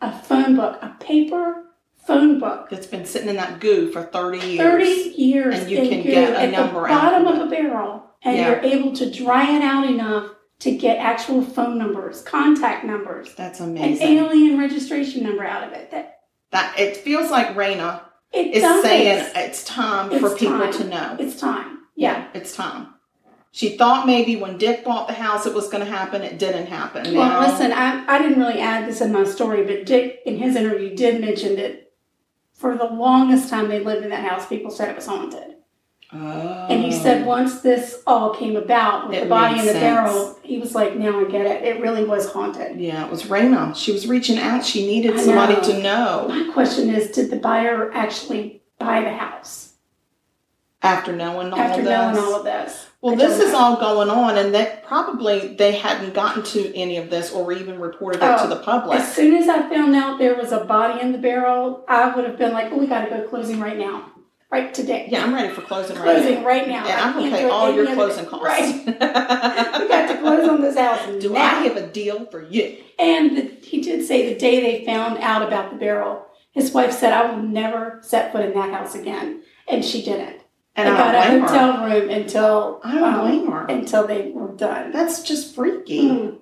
S2: a phone book, a paper phone book
S1: that's been sitting in that goo for 30 years.
S2: 30 years
S1: And you
S2: in
S1: can
S2: goo
S1: get a
S2: at
S1: number
S2: the
S1: out of
S2: bottom of a barrel and
S1: Yeah.
S2: you're able to dry it out enough to get actual phone numbers contact numbers
S1: That's
S2: an
S1: amazing.
S2: alien registration number out of it that
S1: that it feels like Raina
S2: it
S1: is
S2: does
S1: saying it's time for
S2: It's
S1: people
S2: time.
S1: to know.
S2: it's time yeah
S1: It's time. She thought maybe when Dick bought the house it was going to happen. It didn't happen. Now-
S2: well listen I, I didn't really add this in my story but dick in his interview did mention that for the longest time they lived in that house people said it was haunted
S1: Oh.
S2: And he said once this all came about with
S1: It
S2: the body
S1: made
S2: in the
S1: sense.
S2: barrel, he was like, now I get it. It really was haunted.
S1: Yeah, it was Raina. She was reaching out. She
S2: I
S1: needed
S2: know.
S1: somebody to know
S2: My question is, did the buyer actually buy the house
S1: after knowing all
S2: after
S1: this.
S2: knowing all of this?
S1: well,
S2: I
S1: this
S2: don't
S1: is
S2: know.
S1: all going on, and that probably they hadn't gotten to any of this or even reported it
S2: Oh,
S1: to the public.
S2: As soon as I found out there was a body in the barrel, I would have been like, oh, we got to go closing right now. Right today.
S1: Yeah, I'm ready for closing. right
S2: Closing
S1: now.
S2: right now.
S1: Yeah,
S2: I
S1: I'm gonna
S2: can't
S1: pay
S2: do it
S1: all
S2: any
S1: your
S2: other
S1: closing
S2: day.
S1: costs.
S2: Right. we got to close on this house
S1: Do
S2: now.
S1: I have a deal for you?
S2: And the, he did say the day they found out about the barrel, his wife said, I will never set foot in that house again. And she didn't.
S1: And
S2: they got
S1: I
S2: a
S1: don't blame her.
S2: hotel room until
S1: I don't
S2: um,
S1: blame her.
S2: until they were done.
S1: That's just freaky.
S2: Mm.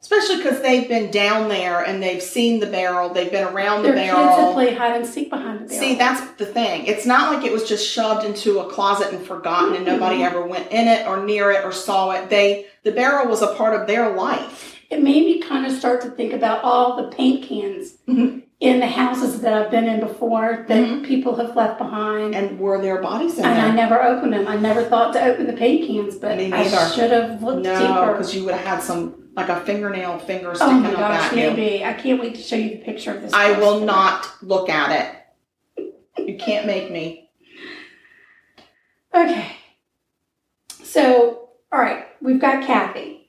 S1: Especially because they've been down there and they've seen the barrel, they've been around the
S2: Their kids
S1: barrel.
S2: had played hide and seek behind the barrel.
S1: See, that's the thing. It's not like it was just shoved into a closet and forgotten and nobody
S2: Mm-hmm.
S1: ever went in it or near it or saw it. They the barrel was a part of their life.
S2: it made me kind of start to think about all the paint cans
S1: Mhm.
S2: in the houses that I've been in before that
S1: Mhm.
S2: people have left behind.
S1: And were their bodies in
S2: and I
S1: there?
S2: never opened them. I never thought to open the paint cans, but
S1: Me
S2: I
S1: neither.
S2: should have looked
S1: No,
S2: deeper.
S1: because you would have had some like a fingernail finger
S2: Oh
S1: sticking
S2: my
S1: up
S2: gosh,
S1: at you.
S2: maybe. I can't wait to show you the picture of this.
S1: I
S2: house.
S1: will not look at it. You can't make me.
S2: Okay. So, all right, we've got Kathy.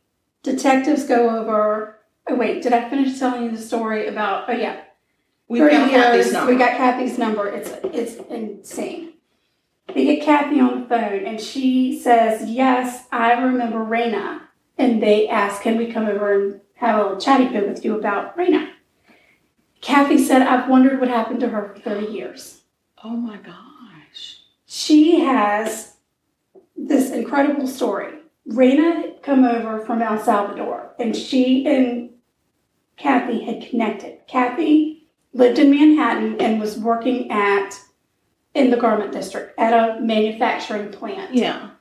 S2: Detectives go over. Oh, wait, did I finish telling you the story about? Oh, yeah.
S1: We
S2: 30
S1: found Kathy's
S2: years,
S1: number.
S2: We got Kathy's number. It's it's insane. They get Kathy on the phone, and she says, "Yes, I remember Raina." And they ask, "Can we come over and have a little chatty bit with you about Raina?" Kathy said, "I've wondered what happened to her for thirty years.
S1: oh my gosh.
S2: She has this incredible story. Raina had come over from El Salvador, and she and Kathy had connected. Kathy lived in Manhattan and was working at in the garment district at a manufacturing plant.
S1: Yeah.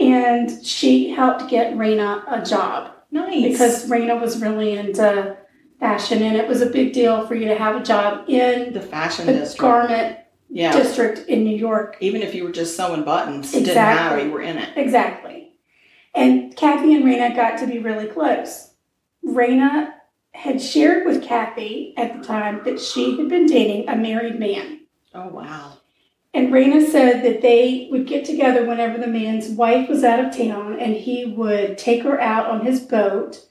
S2: And she helped get Raina a job
S1: Nice.
S2: because Raina was really into fashion and it was a big deal for you to have a job in
S1: the fashion
S2: the
S1: district.
S2: garment
S1: yeah.
S2: district in New York
S1: Even if you were just sewing buttons, it didn't
S2: Exactly.
S1: matter. You were in it.
S2: Exactly. And Kathy and Raina got to be really close. Raina had shared with Kathy at the time that she had been dating a married man.
S1: Oh wow.
S2: And Raina said that they would get together whenever the man's wife was out of town and he would take her out on his boat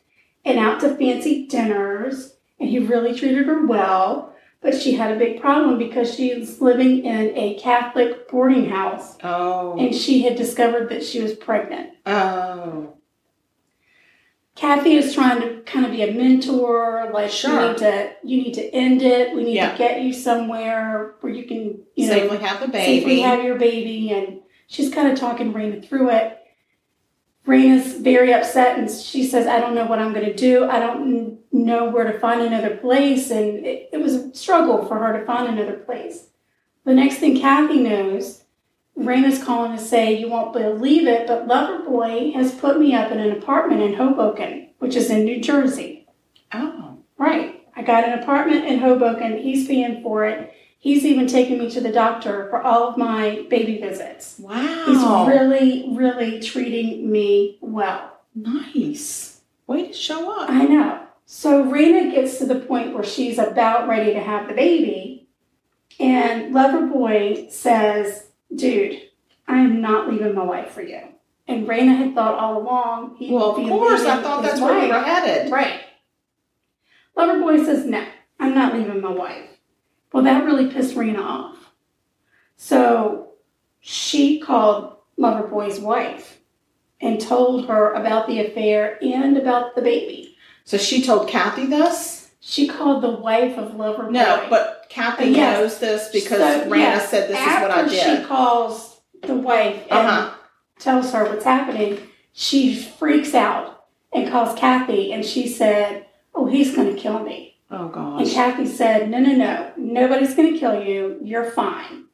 S2: and out to fancy dinners. And he really treated her well. But she had a big problem because she was living in a Catholic boarding house
S1: Oh.
S2: and she had discovered that she was pregnant.
S1: Oh.
S2: Kathy is trying to kind of be a mentor, like
S1: Sure.
S2: you need to you need to end it. We need
S1: Yeah.
S2: to get you somewhere where you can you know
S1: Safely have the
S2: safely
S1: baby.
S2: have your baby, and she's kind of talking Raina through it. Raina's very upset, and she says, "I don't know what I'm going to do. I don't n- know where to find another place." And it, it was a struggle for her to find another place. The next thing Kathy knows, Raina's calling to say, "You won't believe it, but Loverboy has put me up in an apartment in Hoboken, which is in New Jersey."
S1: oh.
S2: Right. I got an apartment in Hoboken. He's paying for it. He's even taken me to the doctor for all of my baby visits. He's
S1: Wow.
S2: really, really treating me well.
S1: nice. Way to show up.
S2: I know. So Raina gets to the point where she's about ready to have the baby, and Loverboy says, "Dude, I am not leaving my wife for you." And Raina had thought all along he
S1: well,
S2: would
S1: of
S2: be
S1: course. I
S2: leaving
S1: thought
S2: his
S1: that's where we
S2: wife.
S1: were headed.
S2: Right. Loverboy says, no, I'm not leaving my wife. Well, that really pissed Rena off. So she called Loverboy's wife and told her about the affair and about the baby.
S1: So she told Kathy this.
S2: She called the wife of Loverboy.
S1: No, but Kathy
S2: Yes.
S1: knows this because
S2: So,
S1: Raina
S2: yes,
S1: said this is
S2: after
S1: what I
S2: she
S1: did.
S2: calls the wife and
S1: Uh huh.
S2: tells her what's happening, she freaks out and calls Kathy and she said, Oh, he's going to kill me.
S1: Oh
S2: And
S1: gosh.
S2: Kathy said, No, no, no, nobody's going to kill you. You're fine.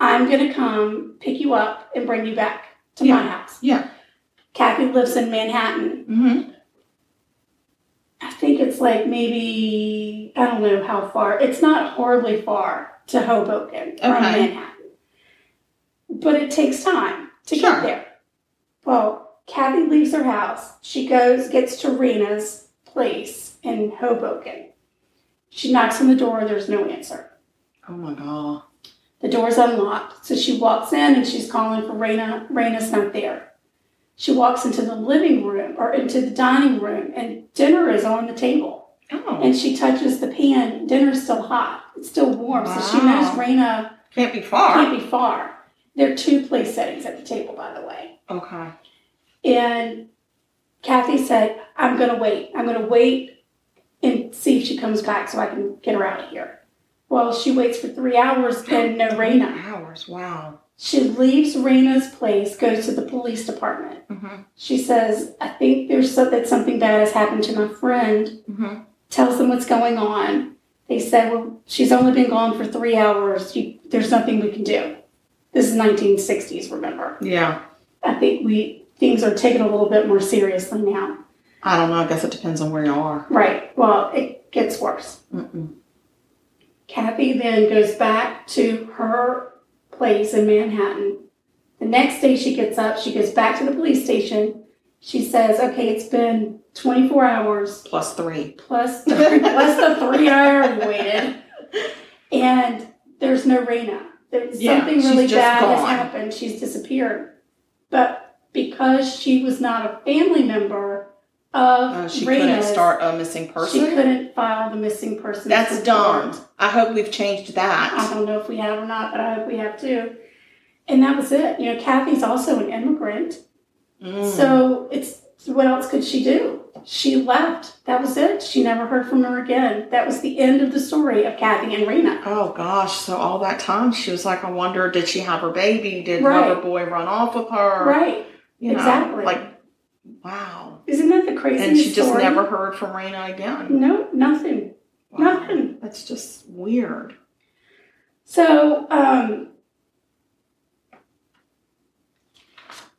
S2: I'm going to come pick you up and bring you back to my
S1: Yeah.
S2: house.
S1: Yeah.
S2: Kathy lives in Manhattan.
S1: Mm-hmm.
S2: I think it's like maybe, I don't know how far. It's not horribly far to Hoboken from
S1: Okay.
S2: Manhattan. but it takes time to
S4: Sure.
S2: get there. Well, Kathy leaves her house. She goes, gets to Rena's place in Hoboken. She knocks on the door, and there's no answer.
S1: Oh my god.
S2: The door's unlocked, so she walks in and she's calling for Raina. Raina's not there. She walks into the living room or into the dining room, and dinner is on the table.
S1: Oh.
S2: And she touches the pan. Dinner's still hot. It's still warm, so she
S1: Wow.
S2: knows Raina
S1: Can't be far.
S2: can't be far. There are two place settings at the table, by the way.
S1: Okay.
S2: And Kathy said, I'm going to wait. I'm going to wait and see if she comes back so I can get her out of here. Well, she waits for three hours and no
S1: Three
S2: Raina.
S1: hours. Wow.
S2: She leaves Raina's place, goes to the police department.
S1: Mm-hmm.
S2: She says, I think there's so, that something bad has happened to my friend.
S1: Mm-hmm.
S2: Tells them what's going on. They said, Well, she's only been gone for three hours. You, there's nothing we can do. This is 1960s, remember?
S1: Yeah.
S2: I think we things are taken a little bit more seriously now.
S1: I don't know. I guess it depends on where you are.
S2: Right. Well, it gets worse.
S1: Mm-mm.
S2: Kathy then goes back to her place in Manhattan. The next day she gets up, she goes back to the police station. She says, okay, it's been 24 hours
S1: Plus three.
S2: plus the, plus the three hours we waited. And there's no Raina. There's
S1: Yeah,
S2: something
S1: she's
S2: really
S1: just
S2: bad has
S1: gone.
S2: happened. She's disappeared. But because she was not a family member of
S1: Uh, she couldn't
S2: Raina's,
S1: start a missing
S2: She
S1: person.
S2: couldn't file the missing person.
S1: That's dumb. I hope we've changed
S2: I
S1: that.
S2: don't know if we have or not, but I hope we have too. And that was it. You know, Kathy's also an immigrant,
S1: Mm.
S2: Uh-huh. so it's what else could she do? She left. That was it. She never heard from her again. That was the end of the story of Kathy and Rena.
S1: Oh gosh, so all that time she was like, I wonder, did she have her baby? Did
S2: Right.
S1: another boy run off with her?
S2: Right?
S1: You know,
S2: exactly.
S1: Like, wow.
S2: Isn't that the craziest?
S1: And she just
S2: story?
S1: never heard from Raina again.
S2: No, nothing.
S1: Wow.
S2: nothing.
S1: That's just weird.
S2: So, um,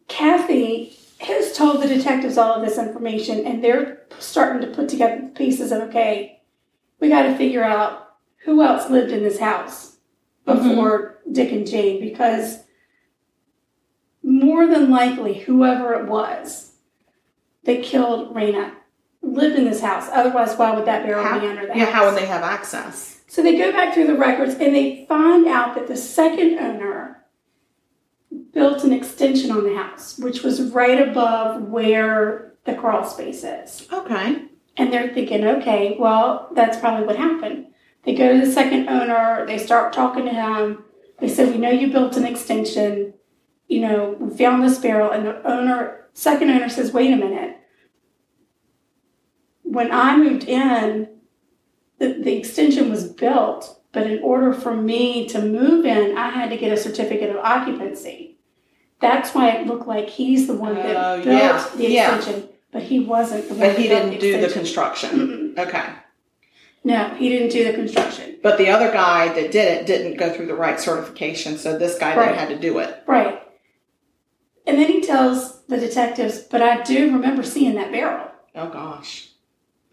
S2: Kathy has told the detectives all of this information, and they're starting to put together the pieces of okay, we got to figure out who else lived in this house
S1: Mm-hmm.
S2: before Dick and Jane because more than likely, whoever it was that killed Raina lived in this house. Otherwise, why would that barrel
S1: How-
S2: be under that?
S1: Yeah, how would they have access?
S2: So they go back through the records and they find out that the second owner built an extension on the house, which was right above where the crawl space is.
S1: Okay.
S2: And they're thinking, okay, well, that's probably what happened. They go to the second owner, they start talking to him. They said, We know you built an extension. You know, we found this barrel. And the owner, second owner says, Wait a minute. When I moved in, the, the extension was built, but in order for me to move in, I had to get a certificate of occupancy. That's why it looked like he's the one that
S1: Oh,
S2: built
S1: yeah,
S2: the
S1: yeah.
S2: extension, but he wasn't the one
S1: But he
S2: that built
S1: didn't do the
S2: extension.
S1: construction.
S2: Mm-mm.
S1: Okay.
S2: No, he didn't do the construction.
S1: But the other guy that did it didn't go through the right certification, so this guy
S2: Right.
S1: then had to do it.
S2: Right. And then he tells the detectives, but I do remember seeing that barrel.
S1: Oh gosh.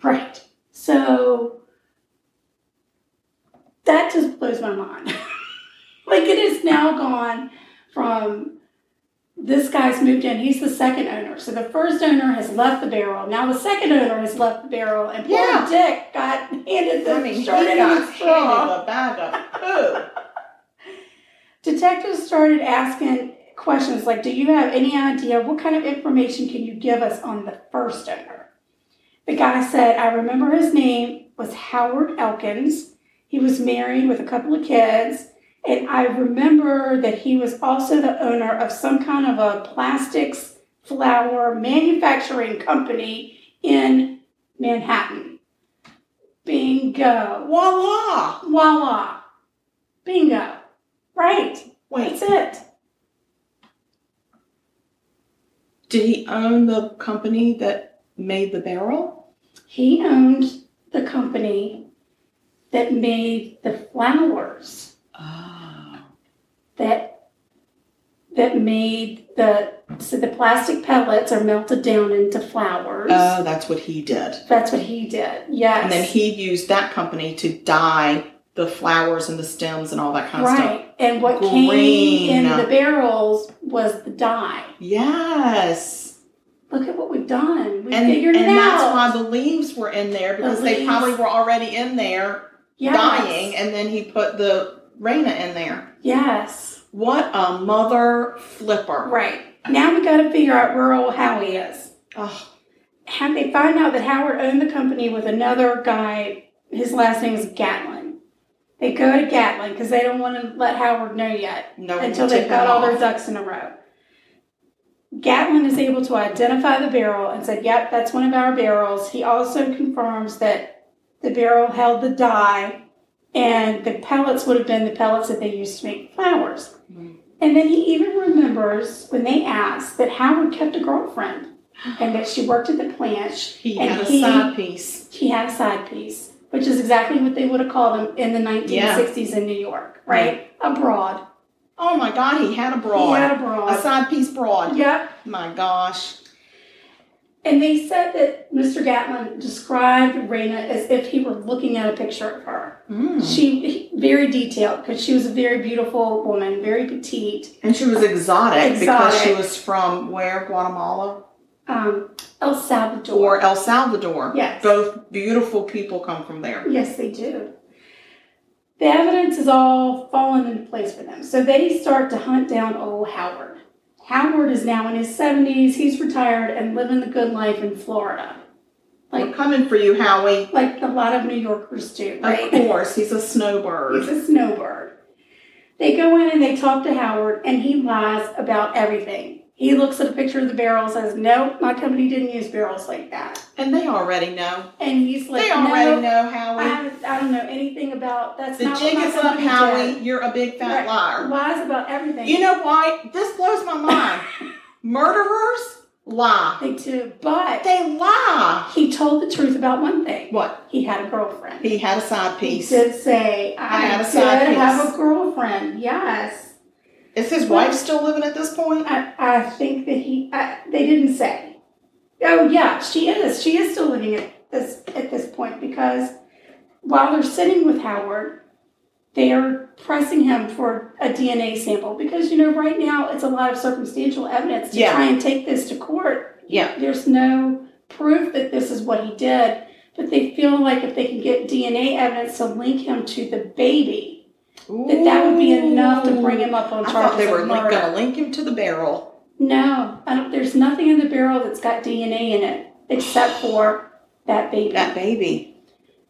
S2: Right. So that just blows my mind. like it is now gone from this guy's moved in. He's the second owner. So the first owner has left the barrel. Now the second owner has left the barrel, and poor
S1: Yeah.
S2: Dick got handed the
S1: I mean, he
S2: short end of
S1: got
S2: the straw.
S1: handed a bag of poo.
S2: Detectives started asking questions like, Do you have any idea what kind of information can you give us on the first owner? The guy said, I remember his name was Howard Elkins. He was married with a couple of kids. And I remember that he was also the owner of some kind of a plastics flower manufacturing company in Manhattan. Bingo.
S1: Voila!
S2: Voila. Bingo. Right.
S1: Wait,
S2: That's it.
S1: did he own the company that made the barrel?
S2: He owned the company that made the flowers Ah.
S1: Oh.
S2: that that made the so the plastic pellets are melted down into flowers.
S1: Oh, that's what he did.
S2: That's what he did. Yes.
S1: And then he used that company to dye the flowers and the stems and all that kind of
S2: right.
S1: stuff.
S2: And what
S1: Green.
S2: came in the barrels was the dye.
S1: Yes.
S2: Look at what we've done. We
S1: and
S2: figured
S1: and
S2: it
S1: that's
S2: out.
S1: why the leaves were in there because they
S2: leaves.
S1: probably were already in there
S2: yes.
S1: dying, and then he put the Reina in there.
S2: Yes.
S1: What a mother flipper!
S2: Right. Now we got to figure out where old Howie is.
S1: Oh,
S2: How they find out that Howard owned the company with another guy, his last name is Gatlin. They go to Gatlin because they don't want to let Howard know yet
S1: no one
S2: until
S1: took
S2: they've got
S1: him
S2: all their
S1: off.
S2: ducks in a row. Gatlin is able to identify the barrel and said, Yep, that's one of our barrels. He also confirms that the barrel held the dye and the pellets would have been the pellets that they used to make flowers.
S1: Mm.
S2: And then he even remembers when they asked that Howard kept a girlfriend and that she worked at the plant
S1: He
S2: and
S1: had a
S2: he-
S1: side piece.
S2: she had a side piece, which is exactly what they would have called them in the 1960s in New York, right? A broad.
S1: Oh my God, he had a broad,
S2: He had a broad.
S1: a side piece broad.
S2: Yep.
S1: My gosh.
S2: And they said that Mr. Gatlin described Raina as if he were looking at a picture of her.
S1: Mm.
S2: She very detailed because she was a very beautiful woman, very petite.
S1: And she was exotic, because she
S2: Exotic.
S1: was from where Guatemala
S2: Um, El Salvador.
S1: or El Salvador.
S2: Yes.
S1: Both beautiful people come from there.
S2: Yes, they do. The evidence is all fallen into place for them. So they start to hunt down old Howard. Howard is now in his 70s. He's retired and living the good life in Florida,
S1: We're
S2: like
S1: coming for you, Howie.
S2: like a lot of New Yorkers do,
S1: Of
S2: right?
S1: course, he's a snowbird.
S2: He's a snowbird. They go in and they talk to Howard, and he lies about everything. He looks at a picture of the barrel and says, No, my company didn't use barrels like that.
S1: and they already know.
S2: And he's like,
S1: they
S2: No,
S1: already know, Howie.
S2: I, I don't know anything about that's
S1: the
S2: not
S1: jig
S2: what my
S1: is up,
S2: company
S1: Howie.
S2: did."
S1: You're a big fat
S2: Right.
S1: liar.
S2: lies about everything.
S1: You know why? This blows my mind. Murderers lie.
S2: they do. But
S1: They lie.
S2: he told the truth about one thing.
S1: What?
S2: He had a girlfriend.
S1: He had a side
S2: He
S1: piece.
S2: did say, "I,
S1: had a
S2: did
S1: side piece."
S2: have a girlfriend." Yes,
S1: Is his wife still living at this point?
S2: I, I think that he. I, they didn't say. Oh yeah, she is. She is still living at this at this point because while they're sitting with Howard, they're pressing him for a DNA sample because you know right now it's a lot of circumstantial evidence to
S1: Yeah.
S2: try and take this to court
S1: Yeah.
S2: there's no proof that this is what he did, but they feel like if they can get DNA evidence to link him to the baby, that that would be enough to bring him up on
S1: I
S2: charges
S1: thought they were
S2: of
S1: going
S2: murder.
S1: to link him to the barrel.
S2: No, I don't, there's nothing in the barrel that's got DNA in it except for that baby.
S1: That baby.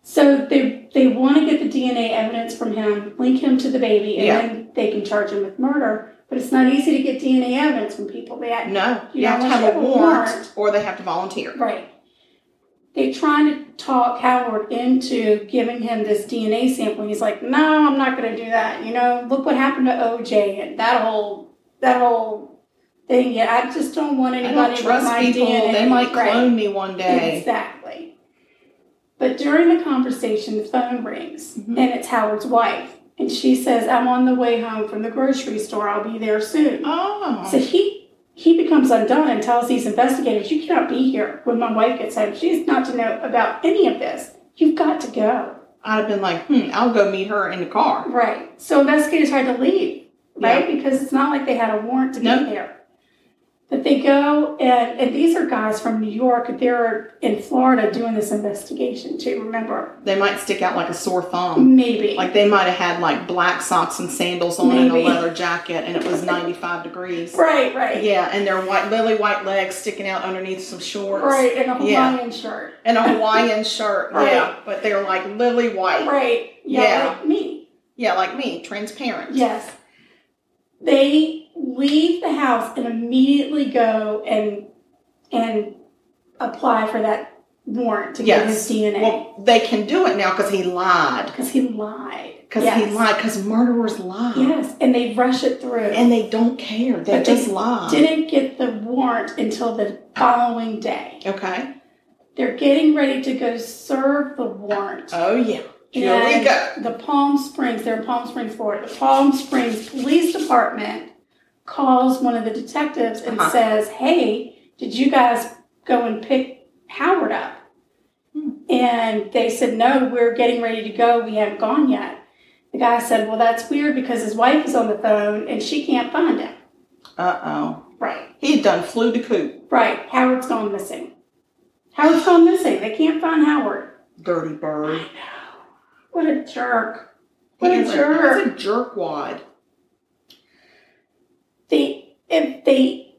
S2: So they they want to get the DNA evidence from him, link him to the baby, and
S1: Yeah.
S2: then they can charge him with murder. But it's not easy to get DNA evidence from people. They act
S1: No, you,
S2: You
S1: have to
S2: don't
S1: have
S2: want
S1: a
S2: to have a
S1: warrant,
S2: warrant.
S1: or they have to volunteer.
S2: Right. They're trying to talk Howard into giving him this DNA sample. He's like, "No, I'm not going to do that. You know, look what happened to OJ and that whole that whole thing. Yeah, I just don't want
S1: I
S2: anybody
S1: don't
S2: with
S1: trust
S2: my
S1: people.
S2: DNA.
S1: They might
S2: Right.
S1: clone me one day.
S2: Exactly. But during the conversation, the phone rings,
S1: Mhm.
S2: and it's Howard's wife, and she says, "I'm on the way home from the grocery store. I'll be there soon."
S1: Oh.
S2: So he he becomes undone and tells these investigators, "You cannot be here when my wife gets home. She's not to know about any of this. You've got to go."
S1: I'd have been like, hmm, I'll go meet her in the car.
S2: Right. So investigators had to leave, right? Because it's not like they had a warrant to
S1: No.
S2: be there. But they go and and these are guys from New York. They're in Florida doing this investigation too. Remember?
S1: They might stick out like a sore thumb.
S2: Maybe.
S1: Like they might have had like black socks and sandals on and a
S2: Maybe.
S1: leather jacket and it was 95 degrees.
S2: right. Right.
S1: Yeah, and their white lily white legs sticking out underneath some shorts.
S2: Right. In a
S1: Yeah.
S2: Hawaiian shirt.
S1: And a Hawaiian shirt.
S2: Right.
S1: Yeah. But they're like lily white.
S2: Right. Yeah.
S1: Yeah.
S2: Like me.
S1: Yeah, like me, transparent.
S2: Yes. They leave the house and immediately go and and apply for that warrant to get
S1: Yes.
S2: his DNA
S1: Well, they can do it now because he lied.
S2: because he lied.
S1: Because
S2: yes.
S1: he lied. Because murderers lie.
S2: Yes, and they rush it through.
S1: And they don't care. They
S2: But they
S1: just lie.
S2: didn't get the warrant until the following day.
S1: Okay.
S2: They're getting ready to go serve the warrant.
S1: Oh, yeah. Here we
S2: And
S1: go.
S2: The Palm Springs, they're in Palm Springs, Florida. The Palm Springs Police Department calls one of the detectives and
S1: Uh-huh.
S2: says, Hey, did you guys go and pick Howard up?
S1: Hmm.
S2: And they said, No, we're getting ready to go. We haven't gone yet. The guy said, Well, that's weird because his wife is on the phone and she can't find him.
S1: Uh oh.
S2: Right,
S1: He done flew the coop.
S2: right. Howard's gone missing. Howard's gone missing. They can't find Howard.
S1: Dirty bird.
S2: What a jerk. What a
S1: He's
S2: jerk.
S1: He's a jerkwad.
S2: They, if they,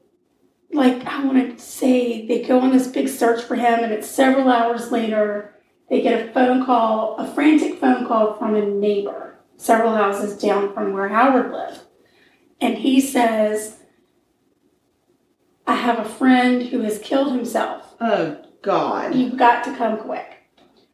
S2: like, I want to say they go on this big search for him and it's several hours later, they get a phone call, a frantic phone call from a neighbor several houses down from where Howard lived. And he says, I have a friend who has killed himself.
S1: Oh God.
S2: You've got to come quick.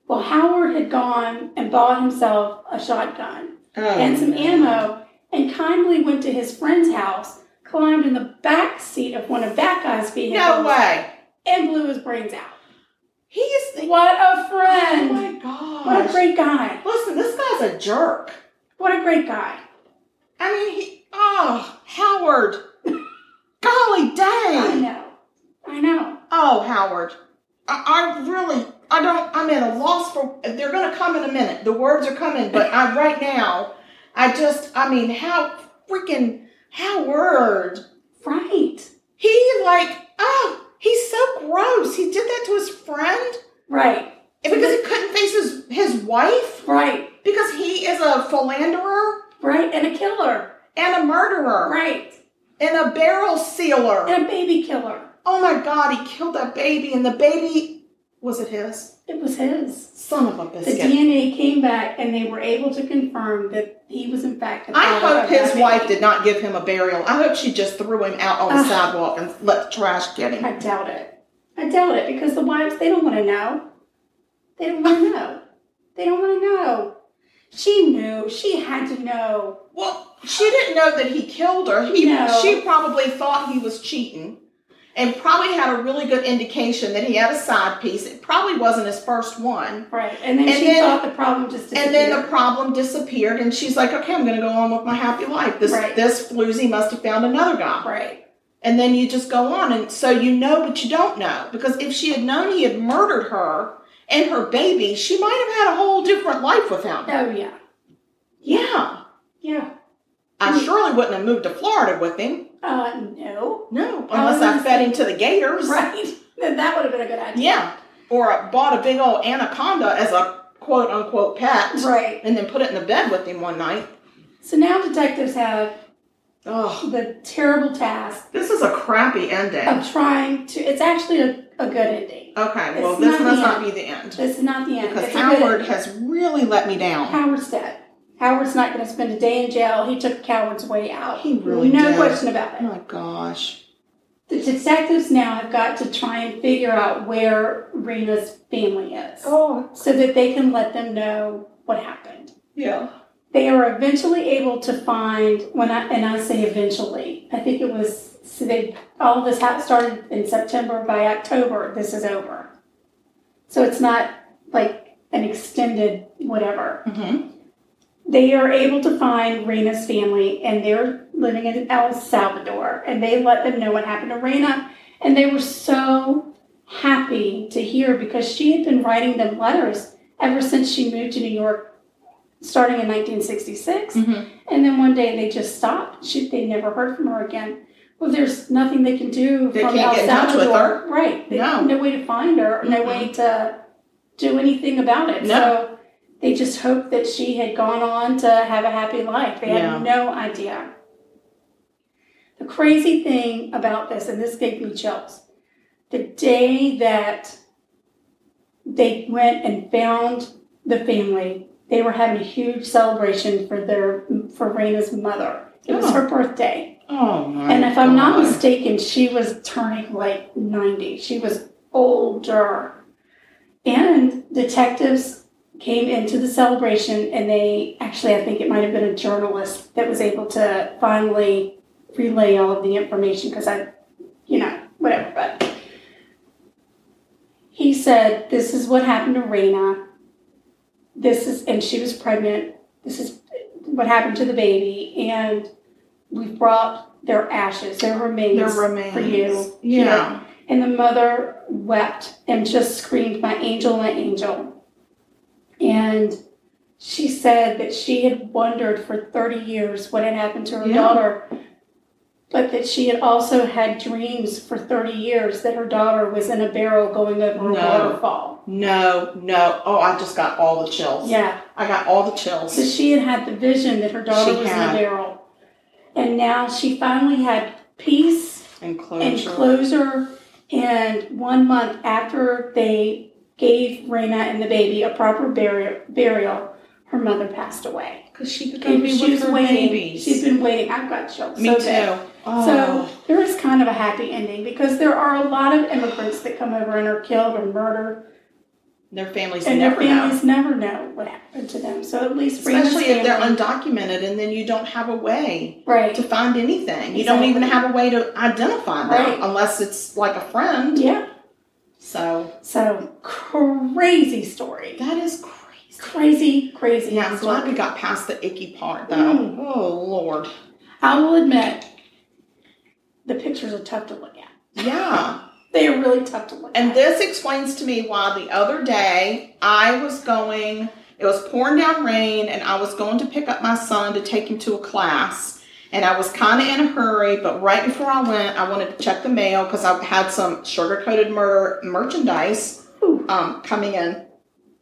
S2: Well, Howard had gone and bought himself a shotgun
S1: Oh,
S2: and some
S1: no.
S2: ammo and kindly went to his friend's house, climbed in the back seat of one of that guy's vehicles,
S1: No way.
S2: and blew his brains out.
S1: He is.
S2: What a
S1: oh
S2: friend!
S1: my God.
S2: What a great guy.
S1: Listen, this guy's a jerk.
S2: What a great guy.
S1: I mean, he. Oh, Howard. Golly
S2: I
S1: dang.
S2: know. I know.
S1: Oh, Howard. I, I really. I don't. I'm at a loss for. They're gonna come in a minute. The words are coming, but I right now. I just. I mean, how freaking Howard.
S2: Right.
S1: He like. Oh, he's so gross. He did that to his friend
S2: Right.
S1: because he couldn't face his his wife
S2: Right.
S1: because he is a philanderer
S2: Right. And a killer.
S1: and a murderer
S2: Right.
S1: and a barrel sealer.
S2: And a baby killer.
S1: Oh my god, he killed that baby, and the baby was it his?
S2: It was his.
S1: Son of a
S2: The
S1: biscuit.
S2: DNA came back and they were able to confirm that he was in fact the
S1: I
S2: father
S1: hope
S2: of that
S1: his
S2: baby.
S1: wife did not give him a burial. I hope she just threw him out on the
S2: Ugh.
S1: sidewalk and let the trash get him.
S2: I doubt it. I doubt it because the wives they don't want to know. They don't want to know. They don't want to know. She knew. She had to know.
S1: Well, she didn't know that he killed her. He,
S2: No.
S1: She probably thought he was cheating and probably had a really good indication that he had a side piece. It probably wasn't his first one.
S2: Right. And then
S1: And
S2: she
S1: then-
S2: thought the problem just disappeared.
S1: And then the problem disappeared, and she's like, "Okay, I'm going to go on with my happy life." This
S2: Right.
S1: this floozy must have found another guy.
S2: right.
S1: And then you just go on. And so you know, but you don't know. Because if she had known he had murdered her and her baby, she might have had a whole different life without him.
S2: Oh yeah.
S1: Yeah.
S2: Yeah.
S1: I surely wouldn't have moved to Florida with him.
S2: Uh no.
S1: No.
S2: I was
S1: Unless I
S2: gonna
S1: fed him to the gators.
S2: Right. Then that would have been a good idea.
S1: Yeah. Or bought a big old anaconda as a quote unquote pet
S2: Right.
S1: and then put it in the bed with him one night.
S2: So now detectives have
S1: Oh,
S2: the terrible task
S1: this is a crappy ending.
S2: of trying to. It's actually a, a good ending.
S1: Okay,
S2: Oh.
S1: well,
S2: It's
S1: this
S2: not
S1: must
S2: the
S1: not
S2: end.
S1: be the end.
S2: This is not the end.
S1: Because
S2: It's a good-
S1: Howard has really let me down.
S2: Howard's dead. Howard's not going to spend a day in jail. He took Howard's way out.
S1: He really
S2: no
S1: did.
S2: question about
S1: Oh
S2: it.
S1: my gosh.
S2: The detectives now have got to try and figure out where Rena's family is,
S1: Oh,
S2: so that they can let them know what happened.
S1: yeah.
S2: They are eventually able to find when I and I say eventually. I think it was so they all this ha- started in September. By October, this is over. So it's not like an extended whatever.
S1: Mm-hmm.
S2: they are able to find Rena's family, and they're living in El Salvador. And they let them know what happened to Rena, and they were so happy to hear because she had been writing them letters ever since she moved to New York, starting in 1966.
S1: Mm-hmm.
S2: And then one day they just stopped. She, they never heard from her again. Well, there's nothing they can do
S1: They
S2: from
S1: can't
S2: El
S1: get in touch
S2: Salvador,
S1: with her.
S2: right? They-
S1: No.
S2: way to find her, no
S1: Mhm.
S2: way to do anything about it.
S1: No.
S2: So they just hoped that she had gone on to have a happy life. They
S1: Yeah.
S2: had no idea. The crazy thing about this, and this gave me chills, the day that they went and found the family, they were having a huge celebration for their for Raina's mother. It was
S1: Oh.
S2: her birthday.
S1: Oh my.
S2: And if I'm not
S1: God.
S2: mistaken, she was turning like 90. She was older. And detectives came into the celebration and they actually, I think it might have been a journalist that was able to finally relay all of the information because I, you know, whatever. But he said, This is what happened to Raina. This is, and she was pregnant. This is what happened to the baby. And we brought their ashes, their remains,
S1: Their remains.
S2: for you.
S1: Yeah.
S2: And the mother wept and just screamed, My angel, my angel. And she said that she had wondered for 30 years what had happened to her
S1: Yeah.
S2: daughter, but that she had also had dreams for 30 years that her daughter was in a barrel going over
S1: No.
S2: a waterfall.
S1: No, no. Oh, I just got all the chills.
S2: Yeah.
S1: I got all the chills.
S2: So she had had the vision that her daughter
S1: She
S2: was in
S1: had.
S2: a barrel. And now she finally had peace
S1: and closure.
S2: and closure. And one month after they gave Raina and the baby a proper burial, burial her mother passed away.
S1: Because she could
S2: And
S1: be
S2: she
S1: with
S2: was
S1: her
S2: waiting.
S1: babies.
S2: She's been waiting. I've got chills.
S1: Me
S2: so
S1: too.
S2: bad. So
S1: Oh.
S2: there is kind of a happy ending because there are a lot of immigrants that come over and are killed or murdered,
S1: their families
S2: and
S1: never
S2: their
S1: know.
S2: families never know what happened to them. So at least Raina's
S1: Especially if they're
S2: family-
S1: undocumented and then you don't have a way
S2: right.
S1: to find anything. You don't
S2: Exactly.
S1: even have a way to identify them
S2: Right.
S1: unless it's like a friend.
S2: Yeah.
S1: So
S2: So crazy story.
S1: that is crazy.
S2: Crazy, crazy.
S1: Yeah, I'm glad
S2: story.
S1: we got past the icky part though.
S2: Mm.
S1: Oh Lord.
S2: I will admit, the pictures are tough to look at.
S1: Yeah.
S2: They are really tough to look
S1: And
S2: at.
S1: this explains to me why the other day I was going, it was pouring down rain, and I was going to pick up my son to take him to a class. And I was kind of in a hurry, but right before I went, I wanted to check the mail because I had some sugar coated mer- merchandise
S2: Ooh.
S1: um, coming in.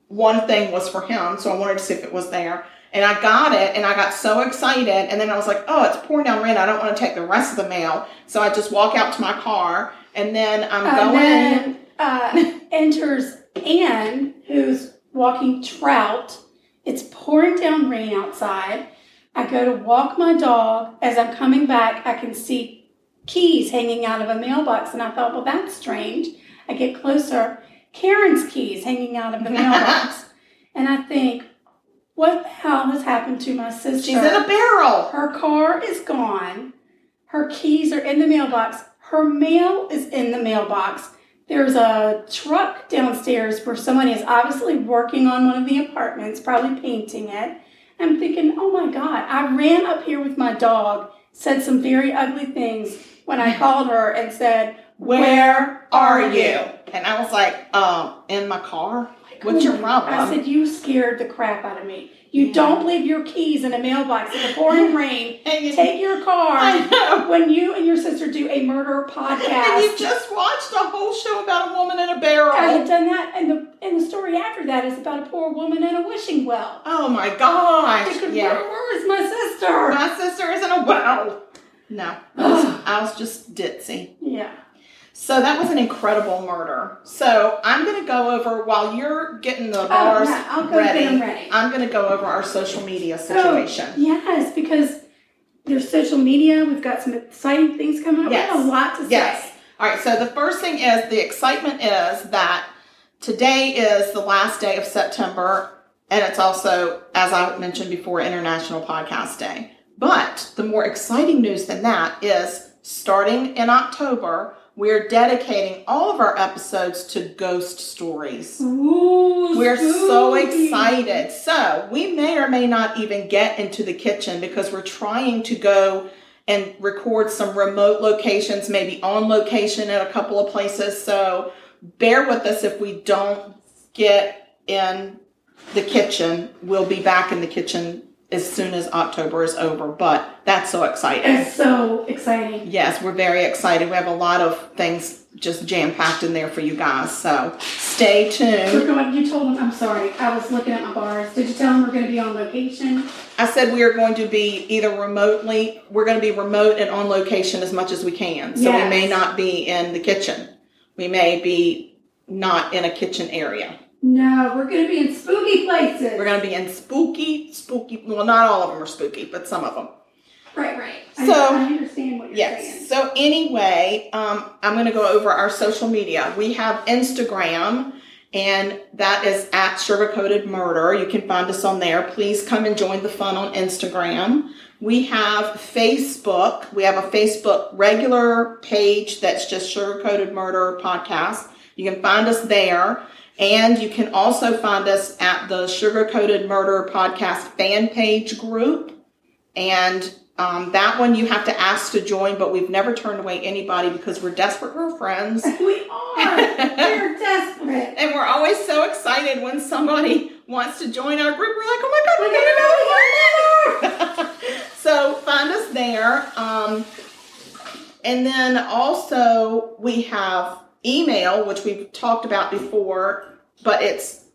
S1: One thing was for him, so I wanted to see if it was there. And I got it, and I got so excited. And then I was like, oh, it's pouring down rain. I don't want to take the rest of the mail. So I just walk out to my car, and then I'm
S2: and
S1: going.
S2: then uh, enters Anne, who's walking Trout. It's pouring down rain outside. I go to walk my dog. As I'm coming back, I can see keys hanging out of a mailbox, and I thought, well, that's strange. I get closer. Karen's keys hanging out of the mailbox, and I think, what the hell has happened to my sister?
S1: She's in a barrel.
S2: Her car is gone. Her keys are in the mailbox. Her mail is in the mailbox. There's a truck downstairs where somebody is obviously working on one of the apartments, probably painting it. I'm thinking, oh my God, I ran up here with my dog, said some very ugly things when I called her and said,
S1: Where are you? And I was like, um, in my car. What's your problem?
S2: I said, you scared the crap out of me. You don't leave your keys in a mailbox in the pouring rain.
S1: and you
S2: Take your car.
S1: I know.
S2: when you and your sister do a murder
S1: And you
S2: podcast.
S1: just watched a whole show about a woman in a
S2: I had
S1: barrel.
S2: done that, and the and the story after that is about a poor woman in a wishing well.
S1: Oh my gosh.
S2: Thinking,
S1: Yeah.
S2: where, where is my sister?
S1: My sister is in a well. No. I was- I was just ditzy.
S2: Yeah,
S1: So that was an incredible murder. So I'm going to go over while you're getting the bars
S2: Oh, yeah, I'll go get
S1: ready,
S2: 'em ready.
S1: I'm going to go over our social media
S2: So,
S1: situation.
S2: yes, because there's social media. We've got some exciting things coming up.
S1: Yes.
S2: We have a lot to
S1: Yes.
S2: say.
S1: All right. So the first thing is the excitement is that today is the last day of September, and it's also, as I mentioned before, International Podcast Day. But the more exciting news than that is starting in October, we're dedicating all of our episodes to ghost stories.
S2: Ooh,
S1: We're so
S2: spooky.
S1: excited. So, we may or may not even get into the kitchen because we're trying to go and record some remote locations, maybe on location at a couple of places. So, bear with us if we don't get in the kitchen. We'll be back in the kitchen as soon as October is over, but that's so exciting.
S2: It's so exciting.
S1: Yes, we're very excited. We have a lot of things just jam packed in there for you guys. So, stay tuned.
S2: We're going. You told them. I'm sorry. I was looking at my bars. Did you tell them we're going to be on location?
S1: I said we are going to be either remotely, we're going to be remote and on location as much as we can. So we may
S2: Yes.
S1: not be in the kitchen. We may be not in a kitchen area.
S2: No, we're going to be in spooky places.
S1: We're going to be in spooky, spooky. Well, not all of them are spooky, but some of them.
S2: Right, right.
S1: So-
S2: I, I understand what you're
S1: Yes.
S2: saying.
S1: So anyway, um, I'm going to go over our social media. We have Instagram, and that is at Sugarcoated Murder. You can find us on there. Please come and join the fun on Instagram. We have Facebook. We have a Facebook regular page that's just Sugarcoated Murder Podcast. You can find us there. And you can also find us at the Sugarcoated Murder Podcast fan page group. And um, that one you have to ask to join, but we've never turned away anybody because we're desperate for friends.
S2: We are. We're desperate.
S1: And we're always so excited when somebody wants to join our group, we're like, oh my god, we got another one! so find us there. Um, and then also we have email, which we've talked about before, but it's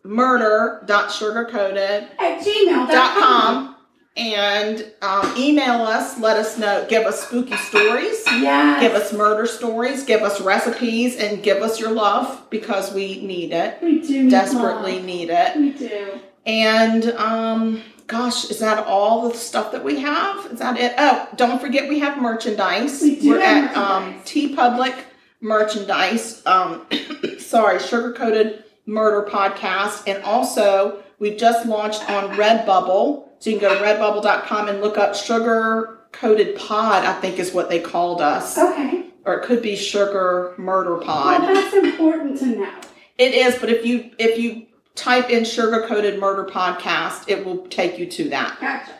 S1: murder.sugarcoated
S2: At gmail.com.
S1: dot com and um, email us. Let us know. Give us spooky stories.
S2: Yes.
S1: Give us murder stories. Give us recipes, and give us your love because we need it.
S2: We do. need
S1: Desperately
S2: love.
S1: need it.
S2: We do.
S1: And um, gosh, is that all the stuff that we have? Is that it? Oh, don't forget we have merchandise.
S2: We do
S1: We're
S2: have
S1: at um,
S2: merchandise.
S1: T Public merchandise. Um, sorry, sugar coated murder podcast, and also we've just launched on Redbubble. So you can go to redbubble.com and look up sugar coated pod. I think is what they called us,
S2: Okay.
S1: or it could be sugar murder
S2: Oh. Well,
S1: pod.
S2: that's important to know.
S1: It is, but if you if you type in sugar coated murder podcast, it will take you to that.
S2: Gotcha.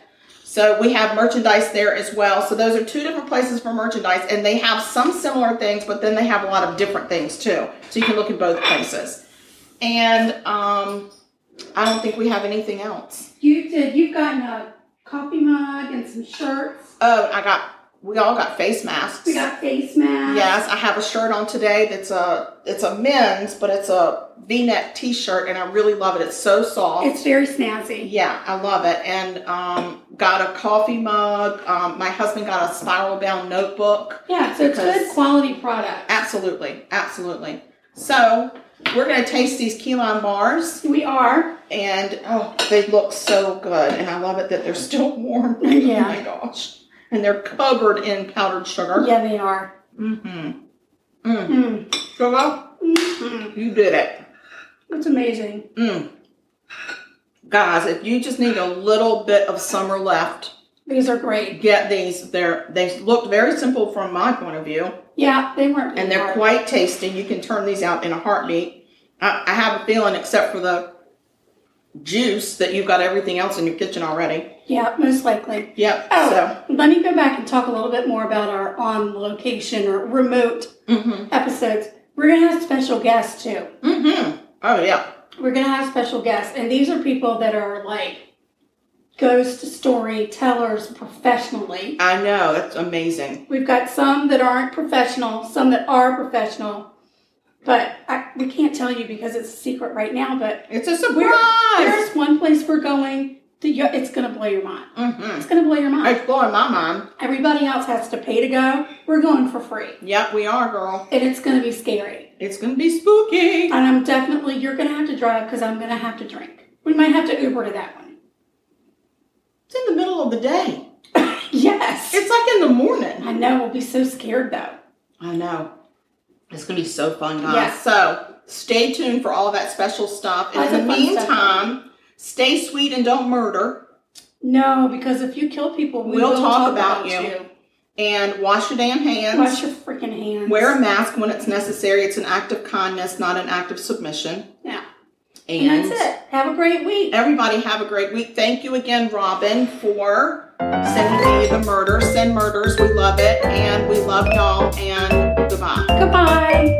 S1: So we have merchandise there as well. So those are two different places for merchandise, and they have some similar things, but then they have a lot of different things too. So you can look in both places. And um, I don't think we have anything else.
S2: You did. You've gotten a coffee mug and some shirts.
S1: Oh, I got. We all got face masks.
S2: We got face masks.
S1: Yes, I have a shirt on today that's a it's a men's, but it's a V-neck T-shirt, and I really love it. It's so soft.
S2: It's very snazzy.
S1: Yeah, I love it. And um, got a coffee mug. Um, my husband got a spiral bound notebook.
S2: Yeah. So it's
S1: Because-
S2: good quality product.
S1: Absolutely, absolutely. So we're gonna taste these key lime bars,
S2: We are.
S1: and oh, they look so good. And I love it that they're still warm.
S2: Yeah.
S1: Oh my gosh. And they're covered in powdered sugar.
S2: Yeah, they are.
S1: Mm-hmm.
S2: Mm.
S1: Sugar,
S2: Mm-hmm.
S1: you did it.
S2: It's amazing.
S1: Mm. Guys, if you just need a little bit of summer left,
S2: These are great.
S1: get these. They're they looked very simple from my point of view,
S2: Yeah, they weren't.
S1: and they're
S2: hard.
S1: quite tasty. You can turn these out in a heartbeat. I, I have a feeling, except for the juice, that you've got everything else in your kitchen already.
S2: Yeah, most likely.
S1: Yep.
S2: Oh,
S1: So
S2: let me go back and talk a little bit more about our on location or remote
S1: mm-hmm.
S2: episodes. We're gonna have special guests too.
S1: Mm-hmm. Oh yeah.
S2: We're gonna have special guests, and these are people that are like ghost story tellers professionally.
S1: I know. That's amazing.
S2: We've got some that aren't professional, some that are professional, but I, we can't tell you because it's a secret right now. But
S1: It's a
S2: we're,
S1: surprise.
S2: there's one place we're going. that you- It's gonna blow your mind.
S1: Mm-hmm.
S2: It's gonna blow your mind.
S1: It's blowing my mind.
S2: Everybody else has to pay to go. We're going for free.
S1: Yep, we are, girl.
S2: And it's going to be scary.
S1: It's gonna be spooky.
S2: And I'm definitely, you're going to have to drive because I'm going to have to drink. We might have to Uber to that one.
S1: It's in the middle of the day.
S2: Yes.
S1: It's like in the morning.
S2: I know. We'll be so scared though.
S1: I know. It's gonna be so fun, guys.
S2: Yeah.
S1: So stay tuned for all that special stuff. And
S2: Lots
S1: in the
S2: of fun stuff.
S1: meantime, stay sweet and don't murder.
S2: No, because if you kill people, we
S1: We'll
S2: will
S1: talk about you. And wash your damn hands.
S2: Wash your freaking hands.
S1: Wear a mask when it's necessary. It's an act of kindness, not an act of submission.
S2: Yeah.
S1: And,
S2: And, that's it. Have a great week.
S1: Everybody have a great week. Thank you again, Robin, for sending me the murder. Send murders. We love it. And we love y'all. And goodbye.
S2: Goodbye.